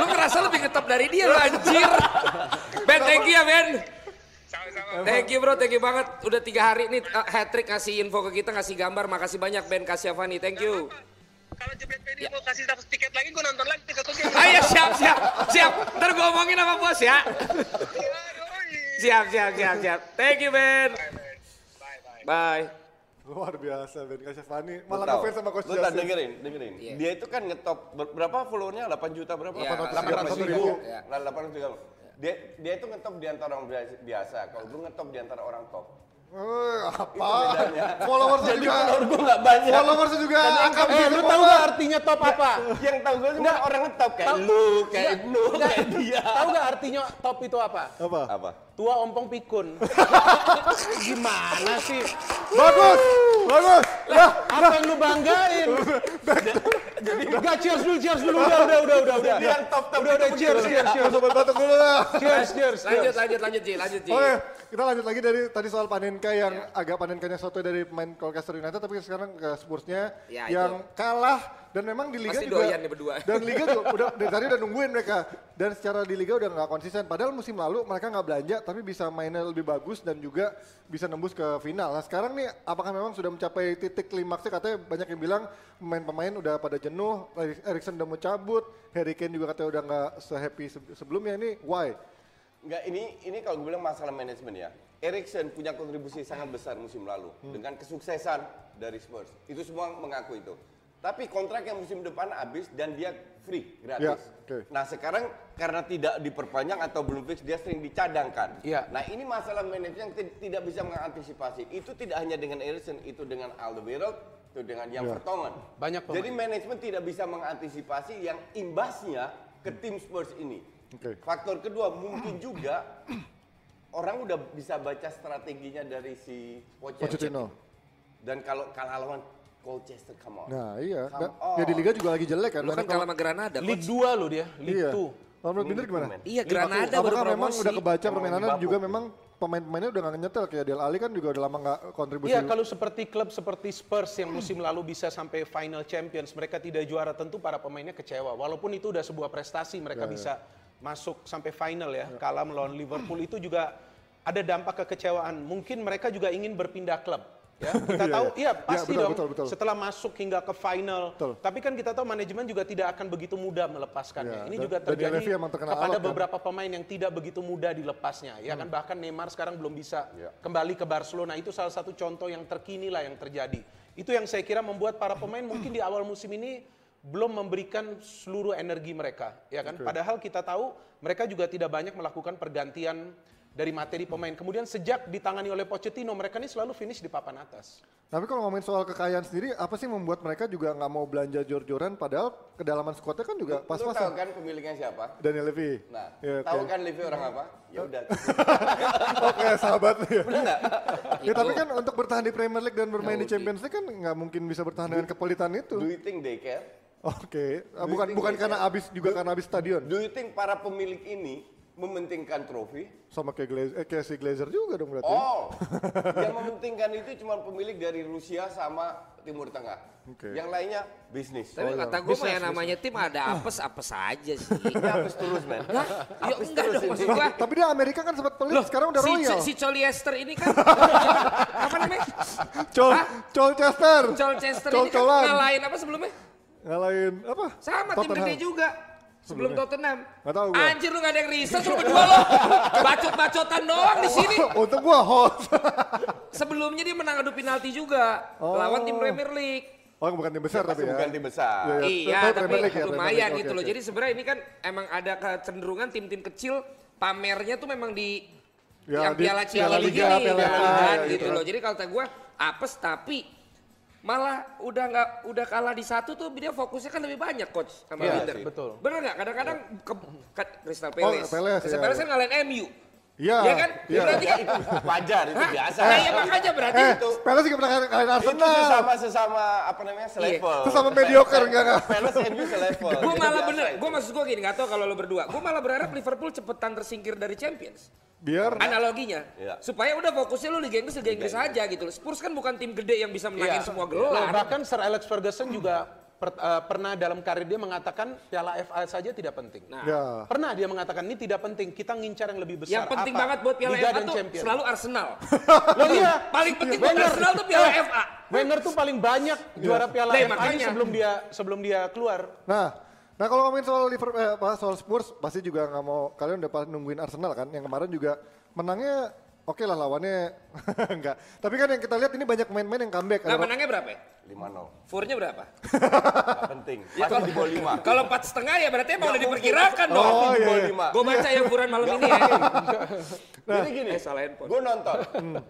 S1: Lu ngerasa lebih ngetop dari dia lu anjir. Ben thank you ya Ben.
S6: Sama-sama.
S1: Thank you bro, thank you banget. Udah tiga hari nih uh, Hattrick ngasih info ke kita, ngasih gambar. Makasih banyak Ben Kasyafani, thank you.
S6: Kalau jebret PD mau kasih status tiket lagi, gue nonton lagi. Satu game.
S1: Ayo Iya, siap, siap, siap. Ntar gue omongin sama bos ya.
S6: Iya, yoi.
S1: Siap, siap, siap, siap. Thank you Ben.
S6: Bye, man. Bye, bye.
S1: Bye.
S3: Luar biasa Ben Kasyafani,
S4: Lu
S3: malah
S4: tahu,
S3: ngefans sama coach Iya.
S4: lu tak
S3: Yasin.
S4: dengerin, dengerin. Dia itu kan ngetop ber- berapa followernya? 8 juta berapa?
S1: Iya,
S3: 800 ribu.
S4: Iya. Lah, 800 ribu. Dia dia itu ngetop di antara orang biasa- biasa. Kalau lu ngetop di antara orang top.
S3: Eh, apa? Followersnya
S4: Jadi
S3: juga,
S4: follower gue nggak banyak.
S3: followersnya juga angka
S5: Eh,
S3: begitu
S5: lu tahu
S3: banget.
S5: nggak artinya top apa?
S4: yang tahu gue cuma orang ngetop kayak lu, kayak
S5: Nggak,
S4: lu,
S5: nggak.
S4: kayak dia.
S5: Tahu nggak artinya top itu apa?
S3: Apa?
S4: Apa?
S5: Tua ompong pikun. Gimana sih?
S3: Bagus, bagus. Lah,
S5: Apa yang lu banggain? Jadi enggak cheers dulu, cheers dulu. Udah, udah, udah, udah, udah.
S4: Yang top-top
S5: Udah, udah, cheers, cheers, cheers.
S3: sobat batuk dulu lah.
S5: Cheers, cheers.
S1: Lanjut, lanjut, lanjut Ji, lanjut Ji.
S3: Oke, kita lanjut lagi dari tadi soal Panenka yang agak Panenkanya soto ya dari pemain Colchester United tapi sekarang ke Spursnya
S1: Ya,
S3: yang kalah dan memang di liga
S1: Pasti
S3: juga
S1: doyan nih berdua.
S3: dan liga juga udah dari tadi udah nungguin mereka dan secara di liga udah nggak konsisten padahal musim lalu mereka nggak belanja tapi bisa mainnya lebih bagus dan juga bisa nembus ke final. Nah sekarang nih apakah memang sudah mencapai titik klimaksnya katanya banyak yang bilang pemain-pemain udah pada jenuh, Erikson udah mau cabut, Harry Kane juga katanya udah nggak sehappy se- sebelumnya ini why?
S4: Enggak, ini ini kalau gue bilang masalah manajemen ya. Erikson punya kontribusi sangat besar musim lalu dengan kesuksesan dari Spurs. Itu semua mengaku itu. Tapi kontraknya musim depan habis dan dia free gratis.
S3: Ya, oke.
S4: Nah sekarang karena tidak diperpanjang atau belum fix dia sering dicadangkan.
S5: Iya.
S4: Nah ini masalah manajemen yang ti- tidak bisa mengantisipasi. Itu tidak hanya dengan Erikson, itu dengan Alderweireld, itu dengan yang Vertonghen.
S5: Banyak pemain.
S4: Jadi manajemen tidak bisa mengantisipasi yang imbasnya ke tim Spurs ini.
S3: Oke.
S4: Faktor kedua mungkin juga orang udah bisa baca strateginya dari si
S1: Ya,
S4: Pochettino.
S3: Pochettino.
S4: Dan kalau kalah lawan Colchester, come on.
S3: Nah iya,
S4: Come
S3: Dan- ya di Liga juga lagi jelek kan.
S1: Lu kan
S3: Karena
S1: kalah sama Granada.
S5: League
S1: coach.
S5: 2 loh dia, League
S3: iya.
S5: 2.
S3: Kalau menurut Binder gimana?
S4: Improvement.
S1: Iya, Granada baru
S3: Apakah memang
S1: promosi.
S3: udah kebaca
S4: Sama
S3: permainannya
S4: Liverpool.
S3: juga memang pemain-pemainnya udah gak nyetel kayak Del Ali kan juga udah lama gak kontribusi.
S5: Iya kalau seperti klub seperti Spurs yang musim lalu bisa sampai final Champions, mereka tidak juara tentu para pemainnya kecewa. Walaupun itu udah sebuah prestasi
S3: Iya,
S5: mereka bisa masuk sampai final ya. Kalah melawan Liverpool itu juga ada dampak kekecewaan. Mungkin mereka juga ingin berpindah klub. Ya, kita
S3: Iya,
S5: tahu,
S3: iya.
S5: iya pasti
S3: Iya, betul,
S5: dong.
S3: betul, betul.
S5: Setelah masuk hingga ke final,
S3: Betul.
S5: tapi kan kita tahu manajemen juga tidak akan begitu mudah
S3: Iya,
S5: melepaskannya. Ini
S3: dan-
S5: juga
S3: dan
S5: terjadi
S3: Levy emang terkena
S5: kepada
S3: alot, kan?
S5: beberapa pemain yang tidak begitu mudah dilepasnya. Ya kan
S3: Hmm.
S5: bahkan Neymar sekarang belum bisa
S3: Iya.
S5: kembali ke Barcelona. Itu salah satu contoh yang terkini lah yang terjadi. Itu yang saya kira membuat para pemain mungkin di awal musim ini belum memberikan seluruh energi mereka, ya kan? Padahal kita tahu mereka juga tidak banyak melakukan pergantian dari materi pemain. Kemudian sejak ditangani oleh Pochettino, mereka ini selalu finish di papan atas.
S3: Tapi kalau ngomongin soal kekayaan sendiri, apa sih membuat mereka juga nggak mau belanja jor-joran padahal kedalaman squadnya kan juga
S4: Lu tahu
S3: pas-pasan.
S4: kan pemiliknya siapa?
S3: Daniel Levy.
S4: Nah,
S3: Iya,
S4: tahu
S3: oke.
S4: kan Livi orang apa? Ya udah.
S3: Oh, kayak sahabat. ya. ya,
S1: Itu.
S3: tapi kan untuk bertahan di Premier League dan bermain di Champions League kan nggak mungkin bisa bertahan dengan kepolitan
S4: Do
S3: itu.
S4: you think they care?
S3: Oke, Ah,
S4: Do you
S3: bukan
S4: think
S3: bukan
S4: they
S3: karena
S4: care?
S3: habis juga karena habis stadion.
S4: Do you think para pemilik ini mementingkan trofi?
S3: Sama kayak Glazer, eh, kayak si Glazer juga dong berarti.
S4: Oh, yang mementingkan itu cuma pemilik dari Rusia sama Timur Tengah.
S3: Oke. Oh, iya.
S4: Yang lainnya bisnis.
S1: Tapi kata gue mah yang namanya tim ada apes-apes aja sih.
S4: Kita habis terus, men.
S1: Hah? Ya
S4: Habis
S1: enggak
S4: terus
S1: dong
S4: ini.
S1: maksud gue.
S3: Tapi dia Amerika kan sempat pelit, sekarang udah
S1: si,
S3: royal.
S1: si Colchester ini kan apa namanya?
S3: Col, Colchester.
S1: Colchester ini kan
S3: Col-colan.
S1: ngalahin apa sebelumnya?
S3: Ngalahin apa?
S1: Sama tim
S3: Tottenham.
S1: gede juga. Sebelum
S3: Sebelumnya?
S1: Tottenham.
S3: Nggak tahu gua.
S1: Anjir lu gak ada yang riset lu berdua lo. Bacot-bacotan doang di sini.
S3: Untung gua host.
S1: Sebelumnya dia menang adu penalti juga
S3: Oh.
S1: lawan tim Premier League.
S3: Oh bukan tim besar tapi
S4: Pasti
S3: ya.
S4: bukan tim besar.
S3: Iya,
S1: Iya, tapi
S3: Premier League ya, Premier
S1: lumayan
S3: League.
S1: gitu
S3: Oke,
S1: loh.
S3: oke.
S1: Jadi sebenarnya ini kan emang ada kecenderungan tim-tim kecil pamernya tuh memang di
S3: Ya,
S1: yang
S3: di Piala
S1: piala Cili
S3: Liga,
S1: gini,
S3: Piala
S1: piala
S3: A,
S1: Liga
S3: ya,
S1: gitu
S3: gitu.
S1: loh. Jadi kalau kata gue apes tapi malah udah nggak udah kalah di satu tuh dia fokusnya kan lebih banyak coach sama
S5: Iya
S1: Binder.
S5: sih, betul.
S1: Bener nggak? Kadang-kadang ke, ke Crystal Palace.
S3: Palace,
S1: Crystal
S3: iya.
S1: Palace kan ngalahin MU.
S3: Iya,
S1: Iya kan?
S3: iya.
S1: Berarti kan
S4: Wajar, itu
S1: Hah?
S4: biasa.
S1: Nah, iya makanya berarti
S3: Eh,
S4: Itu-
S3: Palace juga pernah kalahin
S4: Itu
S3: Arsenal.
S4: sesama sesama apa
S5: Iya.
S4: namanya selevel.
S3: Sesama mediocre, enggak, enggak.
S4: Palace MU selevel.
S1: gue
S4: Itu
S1: malah
S4: biasa
S1: bener,
S4: itu.
S1: gue maksud gue gini, gak tau kalau lo berdua. Gue malah berharap Liverpool cepetan tersingkir dari Champions.
S3: Biar
S1: Analoginya,
S4: Iya.
S1: supaya udah fokusnya lo Liga Inggris, Ya. Liga Inggris Ya. aja gitu. loh. Spurs kan bukan tim gede yang bisa menangin
S5: Iya.
S1: semua
S5: Loh,
S1: gelar.
S5: bahkan Sir Alex Ferguson juga per- eh, pernah dalam karir dia mengatakan Piala FA saja tidak penting.
S1: Nah,
S3: ya.
S5: Pernah dia mengatakan ini tidak penting, kita ngincar yang lebih besar.
S1: yang penting
S5: Apa?
S1: banget buat Piala
S5: Liga
S1: FA
S5: dan
S1: tuh
S5: Champions.
S1: selalu Arsenal.
S5: Loh iya.
S1: Paling penting buat
S5: Wenger.
S1: Arsenal tuh Piala
S5: Eh,
S1: FA.
S5: Wenger tuh paling banyak
S3: Iya.
S5: juara Piala
S1: Lah,
S5: FA
S1: makanya.
S5: sebelum dia sebelum dia keluar.
S3: Nah, nah kalau ngomongin soal Liverpool eh, apa, soal Spurs pasti juga nggak mau kalian udah pasti nungguin Arsenal kan yang kemarin juga menangnya oke lah lawannya enggak. Tapi kan yang kita lihat ini banyak main-main yang comeback.
S1: Nah
S3: Ada-
S1: menangnya berapa ya?
S4: 5-0.
S1: Fournya berapa?
S4: Nggak penting.
S5: Iya,
S4: Pasti di bawah 5.
S1: Kalau empat setengah ya berarti emang udah diperkirakan dong.
S3: Oh, iya, iya.
S1: Gue baca yang buran malam ini ya.
S3: Nah.
S4: Jadi gini,
S1: Eh, salah handphone.
S4: gue nonton.
S3: Hmm.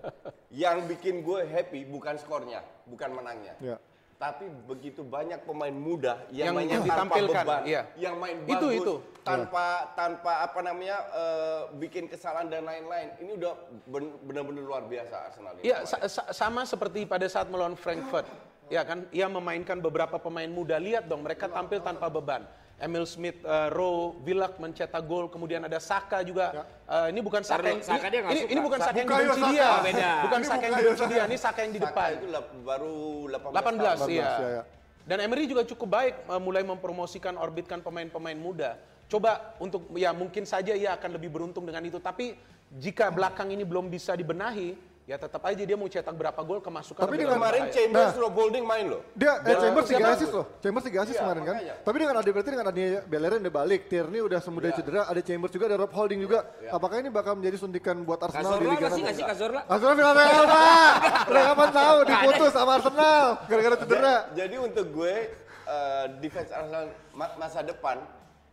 S4: Yang bikin gue happy bukan skornya, bukan menangnya.
S3: Ya.
S4: Tapi begitu banyak pemain muda yang,
S5: Yang
S4: mainnya
S5: ditampilkan,
S4: tanpa beban,
S5: iya.
S4: yang main bagus,
S5: Itu, itu.
S4: tanpa tanpa apa namanya eh, bikin kesalahan dan lain-lain. Ini udah ben- benar-benar luar biasa Arsenal ini.
S5: Iya, sa- sa- sama seperti pada saat melawan Frankfurt. Ya kan, ia memainkan beberapa pemain muda. Lihat dong, mereka tampil tanpa beban. Emil Smith, eh, Rowe, Willock mencetak gol, kemudian ada Saka
S3: Ya.
S5: juga. Eh, ini bukan Saka,
S1: Taruh,
S5: yang-
S1: Saka dia nggak
S5: ini,
S1: suka.
S5: ini bukan Saka yang
S3: Bukayo
S5: dibenci
S3: Saka.
S5: dia,
S1: Oh, beda.
S5: bukan
S3: Ini
S5: Saka yang
S3: Bukayo
S5: dibenci
S3: Saka.
S5: dia, ini Saka yang di
S4: Saka
S5: depan.
S4: itu lap- baru 18,
S5: 18,
S4: tahun.
S5: iya.
S3: ya, ya.
S5: Dan Emery juga cukup baik eh, mulai mempromosikan orbitkan pemain-pemain muda. Coba untuk ya mungkin saja ia akan lebih beruntung dengan itu, tapi jika belakang ini belum bisa dibenahi, ya tetap aja dia mau cetak berapa gol kemasukan.
S3: Tapi
S5: lebih
S3: dengan-
S5: lama.
S4: Kemarin
S5: Bahaya.
S4: Chambers
S3: nah.
S4: Rob Holding main loh.
S3: Dia eh,
S4: Dan
S3: Chambers
S4: itu
S3: tiga
S4: bagus.
S3: assist loh. Chambers tiga assist
S4: Iya,
S3: kemarin kan.
S4: makanya.
S3: Tapi dengan ada berarti dengan ada Bellerin udah balik, Tierney udah semudah cedera, ada Chambers juga, ada Rob Holding juga. Apakah ini bakal menjadi suntikan buat Arsenal di
S1: Kazorla
S3: Liga
S1: masih nggak sih Kazorla?
S3: Arsenal final PL, Pak. Udah kapan tahu diputus sama Arsenal gara-gara cedera.
S4: Jadi untuk gue eh, defense Arsenal ma- masa depan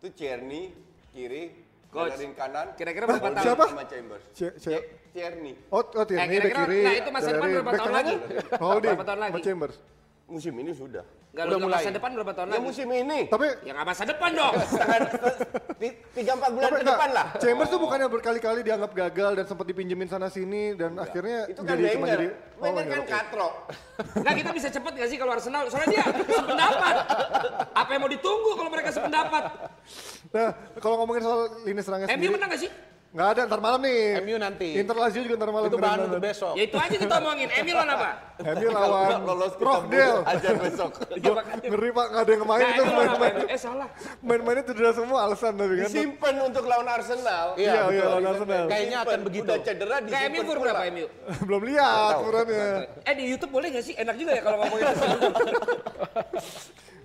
S4: itu Cerny kiri,
S1: Coach.
S4: Bellerin kanan.
S1: Kira-kira berapa tahun?
S3: Siapa?
S4: Sama Chambers.
S3: Ce- ce-
S4: Cerny.
S3: Oh, oh Tierney
S1: Eh, kira-kira-
S3: back kiri.
S1: nah, itu masa depan
S3: Bellerin.
S1: berapa
S3: Back
S1: tahun
S3: tengahnya?
S1: lagi?
S3: Holding
S1: Berapa tahun
S3: sama
S1: lagi?
S3: Chambers.
S4: musim ini sudah.
S1: Enggak
S5: Udah
S1: lu
S5: mulai.
S1: masa depan berapa tahun
S4: Ya
S1: lagi?
S4: musim ini.
S3: Tapi
S1: Ya nggak masa depan dong.
S4: Setengah- ti- tiga empat bulan
S3: tapi
S4: ke depan lah.
S3: Chambers tuh bukannya berkali-kali dianggap gagal dan sempat dipinjemin sana sini dan akhirnya
S4: Itu kan Wenger. Wenger
S3: Oh,
S4: kan
S3: oke.
S4: katrok.
S1: Enggak kita bisa cepet nggak sih kalau Arsenal? Soalnya dia sependapat. Apa yang mau ditunggu kalau mereka sependapat?
S3: Nah, kalau ngomongin soal lini serangnya
S1: MU
S3: sendiri,
S1: menang nggak sih?
S3: nggak ada ntar malam nih.
S5: MU nanti.
S3: Inter Lazio juga ntar malam.
S5: Itu bahan
S3: beneran.
S5: untuk besok.
S1: Ya itu aja kita omongin. MU lawan apa?
S3: MU lawan
S4: Nggak lolos kita
S3: Rochdale.
S4: mundur aja besok.
S3: Iya,
S1: Coba kan.
S3: Ngeri pak, nggak ada yang main
S1: Nah,
S3: itu
S1: MU lawan apa?
S3: main-main.
S1: Eh salah.
S3: Main-mainnya cedera semua alasan tapi kan.
S4: Disimpan untuk lawan Arsenal.
S5: Iya,
S3: Iya, iya,
S5: betul.
S3: lawan Arsenal.
S5: Kayaknya akan
S4: Disimpan.
S5: begitu.
S4: Udah cedera di
S1: Kayak MU umur berapa MU?
S3: Belum lihat kurangnya.
S1: Eh di YouTube boleh nggak sih? Enak juga ya kalau ngomongin.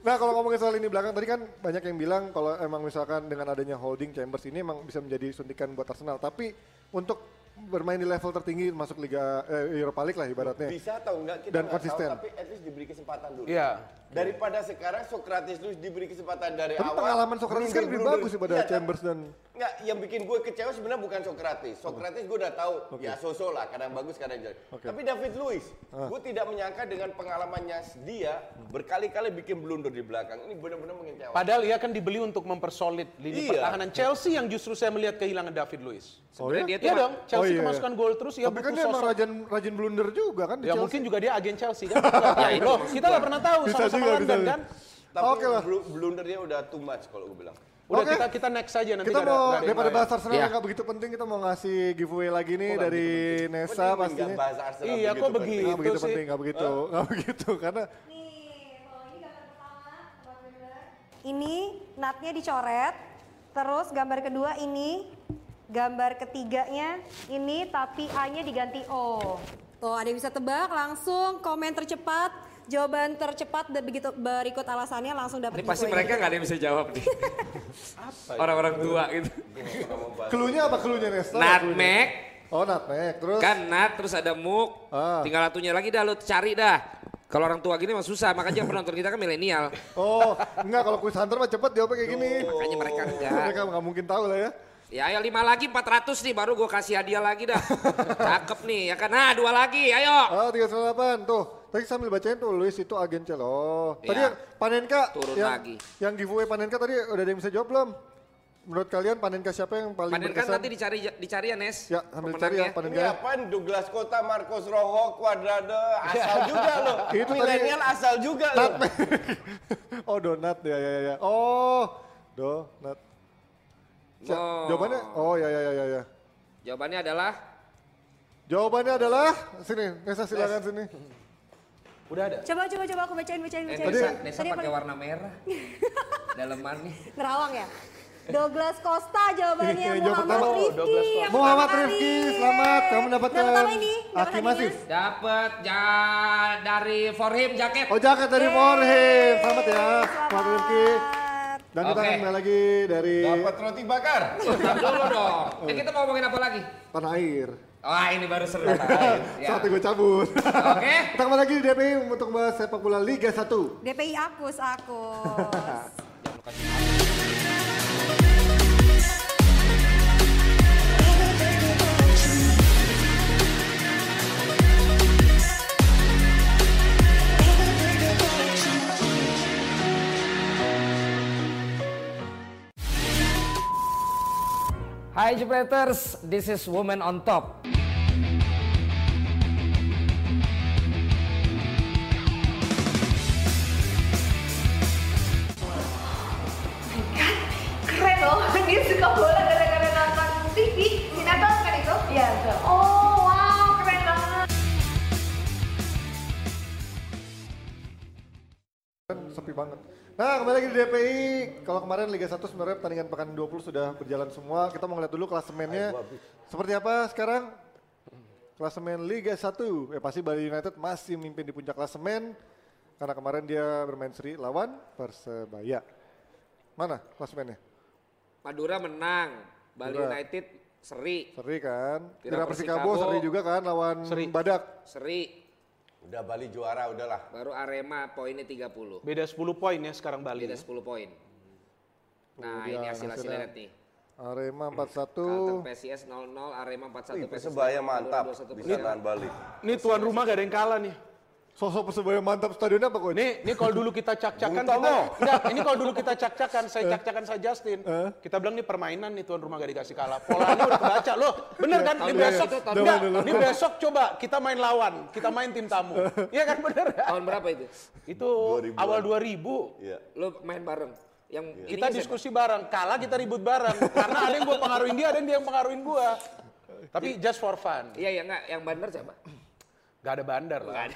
S3: Nah kalau ngomongin soal ini belakang tadi kan banyak yang bilang kalau emang misalkan dengan adanya holding Chambers ini emang bisa menjadi suntikan buat Arsenal. Tapi untuk bermain di level tertinggi masuk Liga eh, Europa League lah ibaratnya.
S4: Bisa atau enggak kita
S3: Dan
S4: nggak tahu,
S3: konsisten.
S4: tapi at least diberi kesempatan dulu.
S5: Iya.
S4: Daripada sekarang Socrates dulu diberi kesempatan dari
S3: Tapi
S4: awal.
S3: pengalaman Socrates kan lebih
S4: blunder-blunder.
S3: bagus daripada
S4: Iya, tapi-
S3: Chambers dan
S4: Nggak, yang bikin gue kecewa sebenarnya bukan Socrates. Socrates gue udah tahu ya sosok lah, kadang bagus, kadang jelek. Tapi David Luiz,
S3: Ah.
S4: gue tidak menyangka dengan pengalamannya dia berkali-kali bikin blunder di belakang. Ini benar-benar mengecewakan.
S5: Padahal ia kan dibeli untuk mempersolid lini
S4: Iya.
S5: pertahanan Chelsea yang justru saya melihat kehilangan David Luiz.
S1: Sebenarnya dia tuh
S5: Iya dong, Chelsea
S3: iya.
S5: kemasukan gol terus ya
S3: Tapi kan dia emang rajin, rajin blunder juga kan di
S5: Ya
S3: Chelsea.
S5: mungkin juga dia agen Chelsea kan. Kita nggak tahu. Loh, kita nggak pernah tahu
S3: Bisa
S5: sama-sama
S3: juga, bisa
S5: London
S3: juga.
S5: kan.
S4: Tapi
S3: Oke lah.
S4: blu- blundernya udah too much kalau gue bilang.
S5: Udah
S3: Oke.
S5: kita kita next aja nanti
S3: Kita
S5: nggak
S3: mau
S5: ada- nggak ada yang
S3: daripada
S5: lain.
S3: bahas Arsenal
S1: Iya.
S3: yang nggak begitu penting kita mau ngasih giveaway lagi nih dari Nesa
S4: Mending nggak
S3: pastinya.
S4: bahas Arsenal
S5: Iya,
S4: begitu,
S5: kok
S4: Bang.
S5: begitu?
S3: Nggak begitu
S5: sih.
S3: penting, nggak begitu, nggak begitu karena
S2: Nih, kalau ini gambar pertama, tempat bener. Ini natnya dicoret, terus gambar kedua ini, gambar ketiganya ini tapi A-nya diganti O. Tuh, ada yang bisa tebak langsung komen tercepat, jawaban tercepat dan begitu berikut alasannya langsung
S1: Ini
S2: dapat
S1: pasti
S2: giveaway.
S1: mereka nggak ada yang bisa jawab nih.
S3: ya?
S1: Orang-orang tua gitu.
S3: keluhnya apa keluhnya Nesa?
S1: Nutmeg,
S3: Oh nutmeg, terus
S1: kan nat terus ada muk
S3: Ah.
S1: tinggal satunya lagi dah lu cari dah kalau orang tua gini mah susah makanya penonton kita kan milenial
S3: Oh, enggak kalau kuis hunter mah cepet jawabnya kayak gini.
S1: makanya mereka
S3: Oh.
S1: enggak
S3: Mereka nggak mungkin tahu lah ya.
S1: ya ayo lima lagi 400 nih baru gue kasih hadiah lagi dah cakep nih ya kan nah dua lagi
S3: Oh,
S1: ayo
S3: 398 tuh. Tadi sambil bacain tuh Luis itu agen Chelsea. Oh, tadi
S1: Iya.
S3: yang Panenka
S1: Turun
S3: yang,
S1: lagi.
S3: Yang giveaway Panenka tadi udah ada yang bisa jawab belum? Menurut kalian Panenka siapa yang paling
S1: Panen kan
S3: berkesan?
S1: nanti dicari dicari ya Nes
S3: Ya, sambil cari ya
S4: Ini
S1: pemenangnya.
S3: Panenka.
S4: apaan Douglas Kota, Marcos Rojo, Cuadrado, asal juga loh.
S1: Iya.
S3: Itu tadi-
S4: Milenial asal juga loh.
S3: oh, donat ya ya ya. Oh, donat. Siap,
S1: Oh.
S3: Jawabannya oh ya ya ya ya ya.
S1: jawabannya adalah
S3: Jawabannya adalah sini, Nesa silakan sini.
S5: Udah ada.
S2: Coba coba coba aku bacain bacain
S1: eh,
S2: bacain.
S1: Nesa,
S2: Tadi
S1: Nesa
S2: yang
S1: pakai
S2: paling-
S1: warna merah dalemannya
S2: Nerawang ya. Douglas Costa jawabannya
S3: Iya, jawab
S2: Muhammad
S3: pertama.
S2: Rifki. yang pertama
S3: Muhammad
S2: kali.
S3: Rifki, selamat. Kamu
S2: Yeay.
S3: mendapatkan
S2: Dan pertama ini dapat
S3: Aki Masif.
S2: hadiahnya.
S1: dapat ja dari Forhim jaket
S3: Oh, jaket dari Morhim. Selamat ya, Muhammad Rifki.
S2: Selamat.
S3: Dan kita
S1: Oke.
S3: akan kembali lagi dari
S4: Dapat roti bakar.
S1: Tar dulu dong eh, kita mau ngomongin apa lagi
S3: tanah air.
S1: Wah ini baru seru Nah, ya.
S3: Saatnya gue cabut.
S1: Oke.
S3: Kita kembali lagi di DPI untuk membahas sepak bola Liga 1.
S2: DPI Akus, Akus.
S1: Hai Jupreters, this is Woman on Top.
S7: kan keren loh dia suka bola gara-gara nonton TV sinetron kan itu iya oh wow keren banget
S3: kan sepi banget. Nah, kembali lagi di DPI. Kalau kemarin Liga 1 sebenarnya pertandingan pekan 20 sudah berjalan semua. Kita mau ngeliat dulu klasemennya. Seperti apa sekarang? Klasemen Liga 1. Eh pasti Bali United masih memimpin di puncak klasemen karena kemarin dia bermain seri lawan Persebaya. Mana klasemennya?
S1: Madura menang, Bali
S3: Madura.
S1: United seri,
S3: Seri kan?
S1: Tira
S3: Tira
S1: Persikabo.
S3: Persikabo seri juga kan lawan
S5: Seri.
S3: Badak.
S1: seri.
S4: Udah Bali juara udahlah.
S1: Baru Arema poinnya 30.
S5: Beda 10 poin ya sekarang Bali.
S1: Beda
S5: ya.
S1: 10 poin.
S5: Oh, iya,
S1: Nah,
S3: Kemudian
S1: ini hasil-hasilnya
S3: hasilnya.
S1: lihat nih.
S3: Arema
S1: Kalteng
S3: 41.
S1: PSIS 0-0, Arema 41
S4: Persebaya mantap.
S1: Madura 21
S4: Bisa
S1: Persela.
S4: lawan Bali.
S5: Ini tuan rumah gak ada yang kalah nih.
S3: Sosok Persebaya mantap stadionnya apa coach?
S5: Ini, ini kalau dulu kita cak-cakan,
S4: Bung
S5: kita,
S4: Tomo.
S5: enggak, ini kalau dulu kita cak-cakan,
S3: Eh.
S5: saya cak-cakan saya Justin. Kita bilang ini permainan nih tuan rumah gak dikasih kalah. Polanya udah kebaca loh, bener kan? Ini
S3: Iya,
S5: besok,
S3: iya. Zaman
S5: enggak,
S3: dulu.
S5: ini besok coba kita main lawan, kita main tim tamu.
S3: Eh.
S5: Iya kan bener ya?
S1: Tahun berapa itu?
S5: Itu
S4: 2000-an.
S5: awal 2000,
S4: Iya.
S1: Lu main bareng. Yang ini
S5: Iya. kita
S1: siapa?
S5: diskusi bareng, kalah kita ribut bareng. Karena ada yang gue pengaruhin dia, ada yang dia yang pengaruhin gue. Tapi just for fun,
S1: Iya, ya enggak yang bandar siapa?
S5: gak ada bandar lah.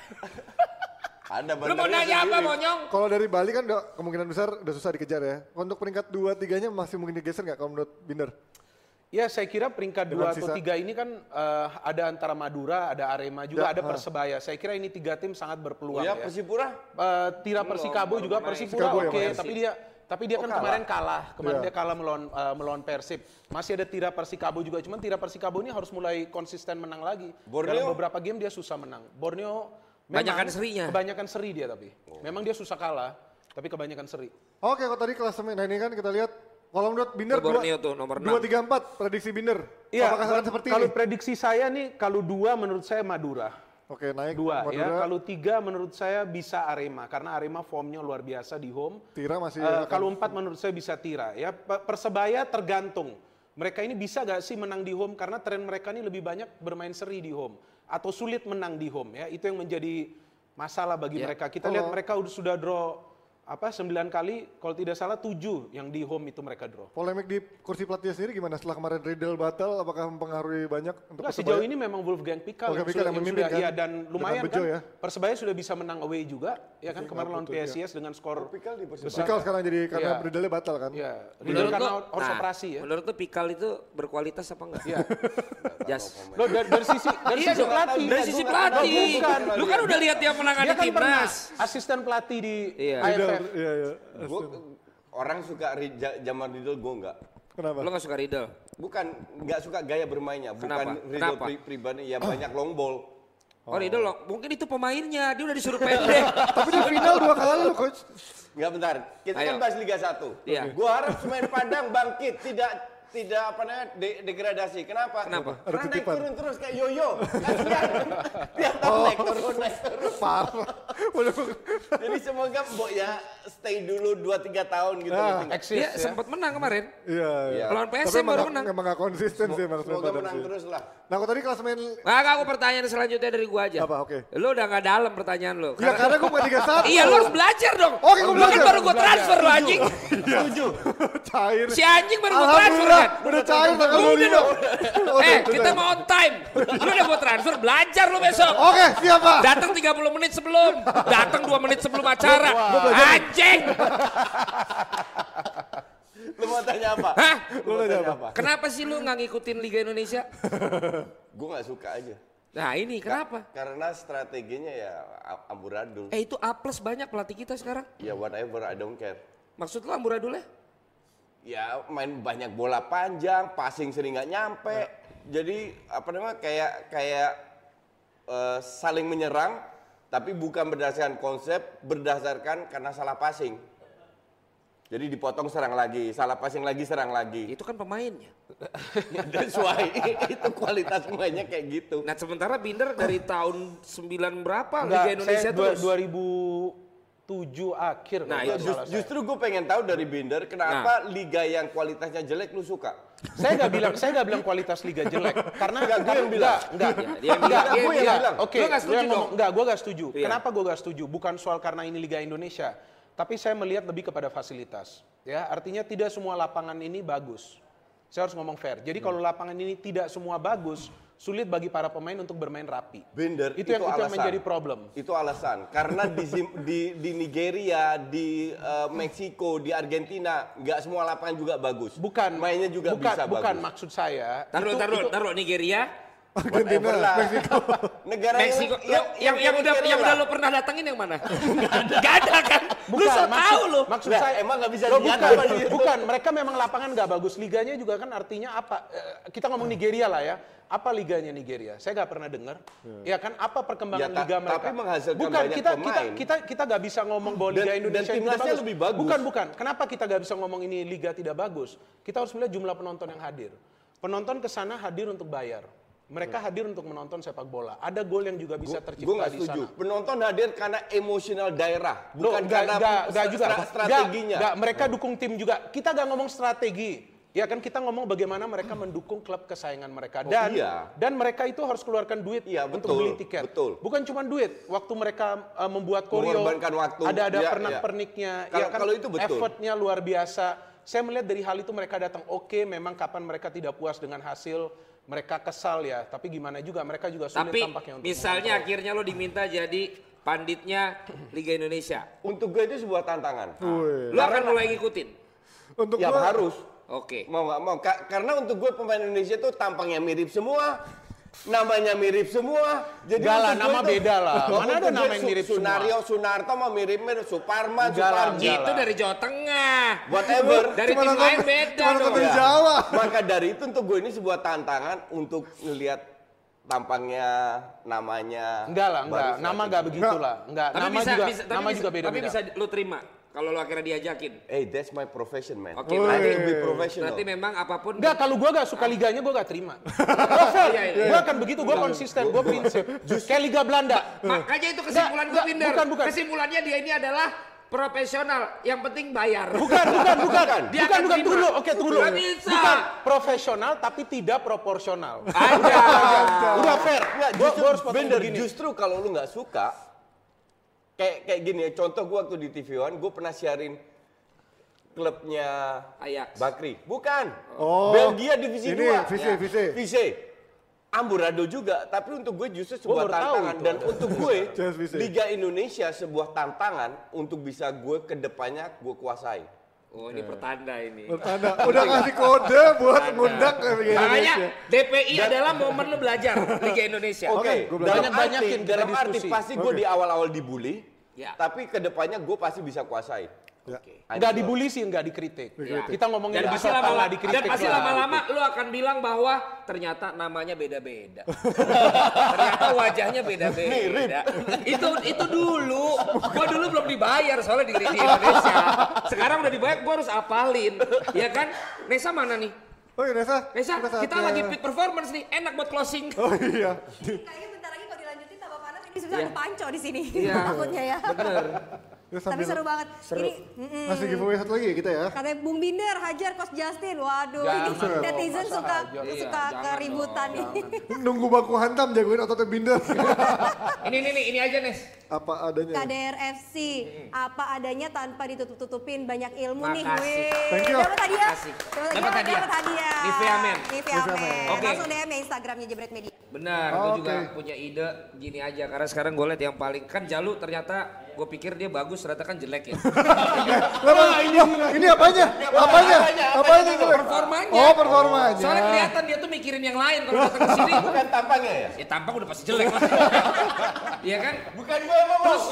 S4: Ada
S1: Lu mau
S4: benernya
S1: nanya apa,
S4: sendiri.
S1: Monyong?
S3: Kalau dari Bali kan udah- kemungkinan besar udah susah dikejar ya. Untuk peringkat 2 3-nya masih mungkin digeser nggak kalau menurut Binder?
S5: Ya saya kira peringkat
S3: Dengan
S5: dua atau
S3: sisa-
S5: tiga ini kan eh, ada antara Madura, ada Arema juga,
S3: Ya,
S5: ada Persebaya. Saya kira ini tiga tim sangat berpeluang
S4: Iya,
S5: ya.
S4: Persipura.
S5: Eh, Tira Persikabo
S1: baru
S5: juga
S1: main.
S5: Persipura
S3: Chicago
S5: oke,
S3: yang Oh, main.
S5: tapi dia tapi dia kan kemarin kalah,
S3: Iya.
S5: kemarin dia kalah melawan eh, melawan Persib. Masih ada Tira Persikabo juga, cuman Tira Persikabo ini harus mulai konsisten menang lagi.
S4: Borneo?
S5: Dalam beberapa game dia susah menang. Borneo memang-
S1: Banyakan serinya.
S5: Kebanyakan seri dia tapi.
S4: Oh.
S5: Memang dia susah kalah, tapi kebanyakan seri.
S3: Oke, kalau tadi klasemen nah ini kan kita lihat kalau menurut Binder
S1: Ke Borneo tuh, nomor
S3: 2 3 4 prediksi Binder.
S5: Iya,
S3: Apakah akan seperti
S5: kalau
S3: ini?
S5: prediksi saya nih kalau dua menurut saya Madura.
S3: Oke, naik
S5: dua ya
S3: Madura.
S5: kalau tiga menurut saya bisa Arema karena Arema formnya luar biasa di home
S3: Tira masih
S5: Eh,
S3: akan-
S5: kalau empat menurut saya bisa Tira ya Pe- persebaya tergantung mereka ini bisa gak sih menang di home karena tren mereka ini lebih banyak bermain seri di home atau sulit menang di home ya itu yang menjadi masalah bagi mereka
S3: Oh.
S5: kita lihat mereka udah- sudah draw apa 9 kali kalau tidak salah 7 yang di home itu mereka draw
S3: Polemik di kursi pelatih sendiri gimana setelah kemarin Riddle batal apakah mempengaruhi banyak untuk
S5: Enggak,
S3: Persebaya?
S5: sejauh ini memang Wolfgang Pikal
S3: Wolfgang Pikal
S5: yang, sudah,
S3: yang
S5: yang
S3: memimpin
S5: sudah-
S3: kan?
S5: iya, dan
S3: Dengan
S5: lumayan
S3: Bejo
S5: kan
S3: ya.
S5: Persebaya sudah bisa menang away juga ya kan kemarin lawan
S3: Betul, iya.
S5: PSIS dengan skor
S4: Pikal di Persebaya.
S5: besar.
S3: Pikal sekarang jadi karena
S5: Iya.
S3: Riddle batal kan.
S5: Iya,
S1: Menurut
S5: Riddle karena
S1: lu-
S5: harus
S1: nah,
S5: operasi ya.
S1: Menurut lu Pikal itu berkualitas apa enggak?
S5: Iya.
S1: Jas.
S5: Lo dari, dari sisi dari
S1: Iya
S5: sisi
S1: dong,
S5: pelatih.
S1: dari sisi pelatih.
S5: Lo bukan.
S1: Lu kan udah lihat dia menangani
S5: Dia kan pernah
S1: timnas.
S5: asisten pelatih di
S1: Iya.
S5: AFF.
S3: Riddle, Iya, iya.
S4: Gua, orang suka ri- ja- zaman Riddle gue enggak.
S3: Kenapa?
S1: Lu gak suka Riddle?
S4: Bukan nggak suka gaya bermainnya, bukan
S1: Kenapa?
S4: Riddle
S1: Kenapa?
S4: pri- pribadi ya banyak long ball.
S1: Oh, Riddle loh. Mungkin itu pemainnya, dia udah disuruh pendek.
S3: Tapi di final dua kali loh coach.
S4: Nggak bentar. Kita kan
S1: Ayo.
S4: bahas Liga 1.
S1: Iya.
S4: Gua harap pemain Padang bangkit tidak tidak apa namanya de- degradasi. Kenapa?
S1: Kenapa?
S3: Ada
S4: Karena naik
S3: titipan.
S4: turun terus kayak yoyo. Kasihan. Dia
S1: Oh.
S4: tahu naik turun naik turun.
S3: Parah. Waduh.
S4: Jadi semoga Mbok ya stay dulu 2 3 tahun gitu.
S3: Ah.
S4: ngerti nggak?
S5: Eksis
S1: dia
S5: ya.
S1: sempat menang kemarin.
S3: Iya. iya.
S1: Lawan
S3: Tapi
S1: PSM
S3: emang
S1: baru
S3: nggak-
S1: menang.
S3: Emang nggak konsisten sih emang
S4: Semoga menang terus lah.
S3: Nah, kalau tadi kelas main
S1: Nah, aku pertanyaan selanjutnya dari gua aja.
S3: Apa? Oke.
S1: Lu udah gak dalam pertanyaan lu.
S3: Ya karena gue bukan 31.
S1: Iya, lu harus belajar dong.
S3: Oke, gua
S1: Lu kan
S3: belajar.
S1: baru gua transfer lu anjing.
S3: Setuju. Iya. cair.
S1: Si anjing baru gua transfer
S3: Alhamdulillah,
S1: kan.
S3: udah cair tanggal
S1: Lu udah
S3: 25.
S1: dong.
S3: Udah,
S1: Eh,
S3: udah.
S1: kita mau on time. Lu udah gua transfer, belajar lu besok.
S3: Oke, siap, Pak.
S1: Datang 30 menit sebelum, datang 2 menit sebelum acara. Anjing.
S4: Lu mau tanya apa?
S1: Hah?
S4: Lu mau tanya apa?
S1: Kenapa sih lu nggak ngikutin Liga Indonesia?
S4: Gue nggak suka aja.
S1: Nah, ini kenapa?
S4: Karena strateginya ya a- amburadul.
S1: Eh, itu A plus banyak pelatih kita sekarang.
S4: Ya whatever, I don't care.
S1: Maksud lu amburadulnya?
S4: Ya main banyak bola panjang, passing sering nggak nyampe. Jadi apa namanya kayak kayak eh, saling menyerang, tapi bukan berdasarkan konsep, berdasarkan karena salah passing. Jadi dipotong serang lagi, salah passing lagi serang lagi.
S1: Itu kan pemainnya.
S4: That's why itu kualitas mainnya kayak gitu.
S1: Nah, sementara Binder dari tahun 9 berapa Liga
S5: Enggak, saya
S1: Indonesia tuh?
S5: dua- 2007 akhir kalau
S1: Nah,
S5: nggak
S4: Just-
S5: salah
S1: itu
S5: saya. Nah.
S4: justru gue pengen tahu dari Binder kenapa liga yang kualitasnya jelek lu suka?
S5: Saya nggak bilang, saya nggak bilang kualitas liga jelek. Karena
S4: Nggak, gue yang bilang.
S5: Enggak,
S1: dia yang bilang, dia yang bilang.
S5: Oke,
S1: Lu nggak
S5: gue
S1: setuju
S5: yang ngomong,
S1: dong?
S5: enggak, gue nggak setuju.
S1: Iya.
S5: Kenapa gue nggak setuju? Bukan soal karena ini liga Indonesia, tapi saya melihat lebih kepada fasilitas. Ya, artinya tidak semua lapangan ini bagus. Saya harus ngomong fair. Jadi kalau
S1: Hmm.
S5: lapangan ini tidak semua bagus, sulit bagi para pemain untuk bermain rapi.
S4: Binder
S5: itu, yang, itu yang menjadi problem.
S4: Itu alasan. Karena di Zim- di, di Nigeria, di eh, Meksiko, di Argentina nggak semua lapangan juga bagus.
S5: Bukan
S4: mainnya juga
S5: bukan,
S4: bisa
S5: bukan
S4: bagus.
S5: maksud saya.
S1: Taruh,
S5: itu-
S1: taruh,
S5: itu-
S1: taruh Nigeria,
S4: Whatever lah. Negara yang-
S1: Meksiko. Lu-
S4: yang,
S1: yang, yang, udah
S4: Nigeria
S1: yang udah
S4: lah.
S1: lu pernah datengin yang mana? Gak ada kan? Lu
S5: Bukan,
S1: so
S5: maksud-
S1: tau lu.
S5: Maksud
S4: Lah,
S5: saya
S4: emang nggak bisa
S5: Loh,
S4: dilihat Iya.
S5: bukan,
S4: apa dia?
S5: bukan. Mereka memang lapangan nggak bagus. Liganya juga kan artinya apa? Eh, Kita ngomong Nigeria lah ya. Apa liganya Nigeria? Saya nggak pernah dengar. Ya kan apa perkembangan
S4: Hmm. Ya, ta-
S5: liga mereka?
S4: tapi menghasilkan
S5: bukan
S4: banyak
S5: kita kita
S4: pemain.
S5: kita kita nggak bisa ngomong bahwa
S4: Dan-
S5: liga
S4: dan
S5: Indonesia ini
S4: timnasnya lebih bagus.
S5: Bukan bukan. Kenapa kita nggak bisa ngomong ini liga tidak bagus? Kita harus melihat jumlah penonton yang hadir. Penonton ke sana hadir untuk bayar. Mereka hadir untuk menonton sepak bola. Ada gol yang juga bisa tercipta
S4: Gue Hmm. nggak
S5: di
S4: setuju.
S5: sana.
S4: Penonton hadir karena emosional daerah, bukan
S5: Loh, nggak-
S4: karena
S5: nggak-
S4: stra-
S5: nggak juga
S4: stra- strateginya. Nah.
S5: Nggak, nggak, mereka dukung tim juga. Kita nggak ngomong strategi. Ya kan kita ngomong bagaimana mereka mendukung klub kesayangan mereka
S4: Oh,
S5: dan
S4: iya.
S5: dan mereka itu harus keluarkan duit
S4: Iya, betul,
S5: untuk beli tiket.
S4: betul.
S5: Bukan cuma duit, waktu mereka eh, membuat koreo
S4: Mengorbankan waktu.
S5: ada ada
S4: Iya,
S5: pernak-perniknya,
S4: iya. Kalau- kalau itu betul.
S5: Ya kan, effortnya luar biasa. Saya melihat dari hal itu mereka datang oke, memang kapan mereka tidak puas dengan hasil, mereka kesal ya, tapi gimana juga mereka juga sulit
S1: Tapi
S5: tampaknya untuk
S1: misalnya
S5: mengontrol.
S1: akhirnya lo diminta jadi panditnya Liga Indonesia.
S4: Untuk gue itu sebuah tantangan.
S3: Wih.
S1: Lo akan mulai ngikutin.
S3: Untuk
S1: Iya,
S4: Ya
S3: gua,
S4: harus.
S1: Oke.
S4: Mau nggak mau. Ka- karena untuk gue pemain Indonesia tuh tampangnya mirip semua. Namanya mirip semua. Jadi
S5: Enggak lah,
S4: untuk gue
S5: nama
S4: tuh-
S5: beda lah. Mana
S4: Untuk
S5: ada
S4: gue
S5: nama yang
S4: Su-
S5: mirip semua?
S4: Sunario, Sunarto mah mirip mirip Suparman,
S5: Enggak lah,
S4: Suparji.
S5: enggak
S1: Itu dari Jawa Tengah.
S4: Whatever. Iya.
S1: Dari
S3: Cuma
S1: tim
S3: nonton-
S1: lain beda
S3: cuma nonton
S1: dong. ya.
S3: dari Jawa.
S4: Maka dari itu untuk gue ini sebuah tantangan untuk ngelihat tampangnya, namanya.
S5: Enggak lah, enggak.
S4: baru
S5: Nama enggak begitulah. Enggak,
S1: Tapi
S5: nama
S1: bisa,
S5: juga
S1: bisa- tapi
S5: nama
S1: bisa,
S5: juga beda-beda.
S1: Tapi bisa lo terima kalau lo akhirnya diajakin.
S4: Hey, that's my profession, man.
S1: Oke,
S4: I
S1: berarti-
S4: will be professional.
S1: Berarti memang apapun
S5: Enggak, kalau gua gak suka liganya gua gak terima.
S1: Iya, iya, Nah,
S5: Gua akan begitu, gua konsisten, gua prinsip. Kayak Liga Belanda.
S1: Makanya itu
S5: Enggak,
S1: kesimpulan gue
S5: enggak,
S1: Binder.
S5: Bukan, bukan.
S1: Kesimpulannya dia ini adalah profesional. Ya. Yang penting bayar.
S5: Bukan, bukan, bukan. bukan,
S1: Dia akan
S5: bukan. Tunggu
S1: terima.
S5: dulu. Oke, tunggu dulu.
S1: Nggak bisa. Ah.
S5: Bukan profesional tapi tidak proporsional.
S1: Ada.
S5: Udah fair.
S4: Enggak,
S5: Gua,
S4: justru,
S5: gua harus potong
S4: bener,
S5: begini.
S4: justru kalau lu nggak suka, kayak kayak gini ya, contoh gua waktu di TV One, gua pernah siarin klubnya
S1: Ajax.
S4: Bakri. Bukan.
S3: Oh.
S4: Belgia divisi
S3: Ini,
S4: 2.
S3: Vise, Vise.
S4: Amburadul juga, tapi untuk gue justru sebuah
S5: baru tahu
S4: tantangan
S5: itu.
S4: dan untuk gue
S3: Just Vise.
S4: Liga Indonesia sebuah tantangan untuk bisa gue ke depannya gue kuasai.
S1: Oh ini pertanda ini.
S3: Tanda. Udah kasih kode buat ngundang ke Liga
S1: Makanya
S3: Indonesia.
S1: DPI adalah momen lu belajar Liga Indonesia.
S3: gua
S4: Oke,
S3: belajar.
S4: dalam arti,
S5: Banyak-banyakin kita
S4: dalam arti
S5: diskusi.
S4: pasti gue di awal-awal dibully,
S1: Ya.
S4: tapi ke depannya gue pasti bisa kuasai.
S3: Ya.
S4: Nah,
S5: Enggak dibully sih, enggak dikritik. Kita ngomongin di
S1: Dan Iya. pasti
S5: kota,
S1: lama-lama
S5: nggak
S1: dan
S5: dikritik. Iya.
S1: pasti
S5: doang.
S1: lama-lama lu akan bilang bahwa ternyata namanya beda-beda. ternyata wajahnya beda-beda. itu itu dulu. Gua dulu belum dibayar soalnya di, di Indonesia. Sekarang udah dibayar gua harus apalin. Ya kan? Nesa mana nih?
S3: Oke, Oh, iya, Nesa.
S1: Nesa,
S3: saatnya-
S1: kita lagi peak performance nih. Enak buat closing.
S3: Oh iya.
S2: Kayaknya bentar lagi kalau dilanjutin tambah panas ini sebenarnya
S1: Iya.
S2: ada panco di sini.
S1: Iya.
S2: Takutnya ya.
S3: Ya,
S2: Tapi
S3: sambil
S2: seru banget. Ini mm-mm.
S3: Masih giveaway satu lagi ya kita ya.
S2: katanya Bung Binder hajar Coach Justin. Waduh,
S5: Jangan
S2: ini
S5: dong,
S2: netizen
S5: masa
S2: suka
S5: hajar?
S2: suka
S1: Iya, jangan
S2: keributan
S1: dong,
S2: nih.
S3: Nunggu baku hantam jagoin ototnya binder.
S1: Ini ini ini, ini aja, Nes.
S3: Apa adanya.
S2: KDRFC apa adanya tanpa ditutup-tutupin banyak ilmu nih.
S1: Makasih.
S2: Wih.
S3: Thank you.
S2: Dapat hadiah.
S1: Makasih.
S2: Dapat
S1: Dapat
S2: hadiah.
S1: hadiah.
S2: Dapat hadiah.
S1: Nivea Men.
S2: Nivea
S3: Nivea
S2: Men.
S3: Men.
S1: Oke.
S2: Langsung DM ya Instagramnya Jebret Media.
S1: Benar,
S3: Oh,
S1: gue juga
S3: oke.
S1: punya ide gini aja karena sekarang gue lihat yang paling kan Jalu ternyata gue pikir dia bagus ternyata kan jelek ya.
S3: Lah, Bang, wah, ini apanya? Apanya? Apanya yang jelek?
S1: Performanya.
S3: Oh, performanya.
S1: Soalnya
S5: Ya.
S1: kelihatan dia tuh mikirin yang lain kalau datang ke sini.
S4: Bukan tampangnya ya?
S1: Ya tampang udah pasti jelek lah. Iya kan?
S4: Bukan gue yang ngomong.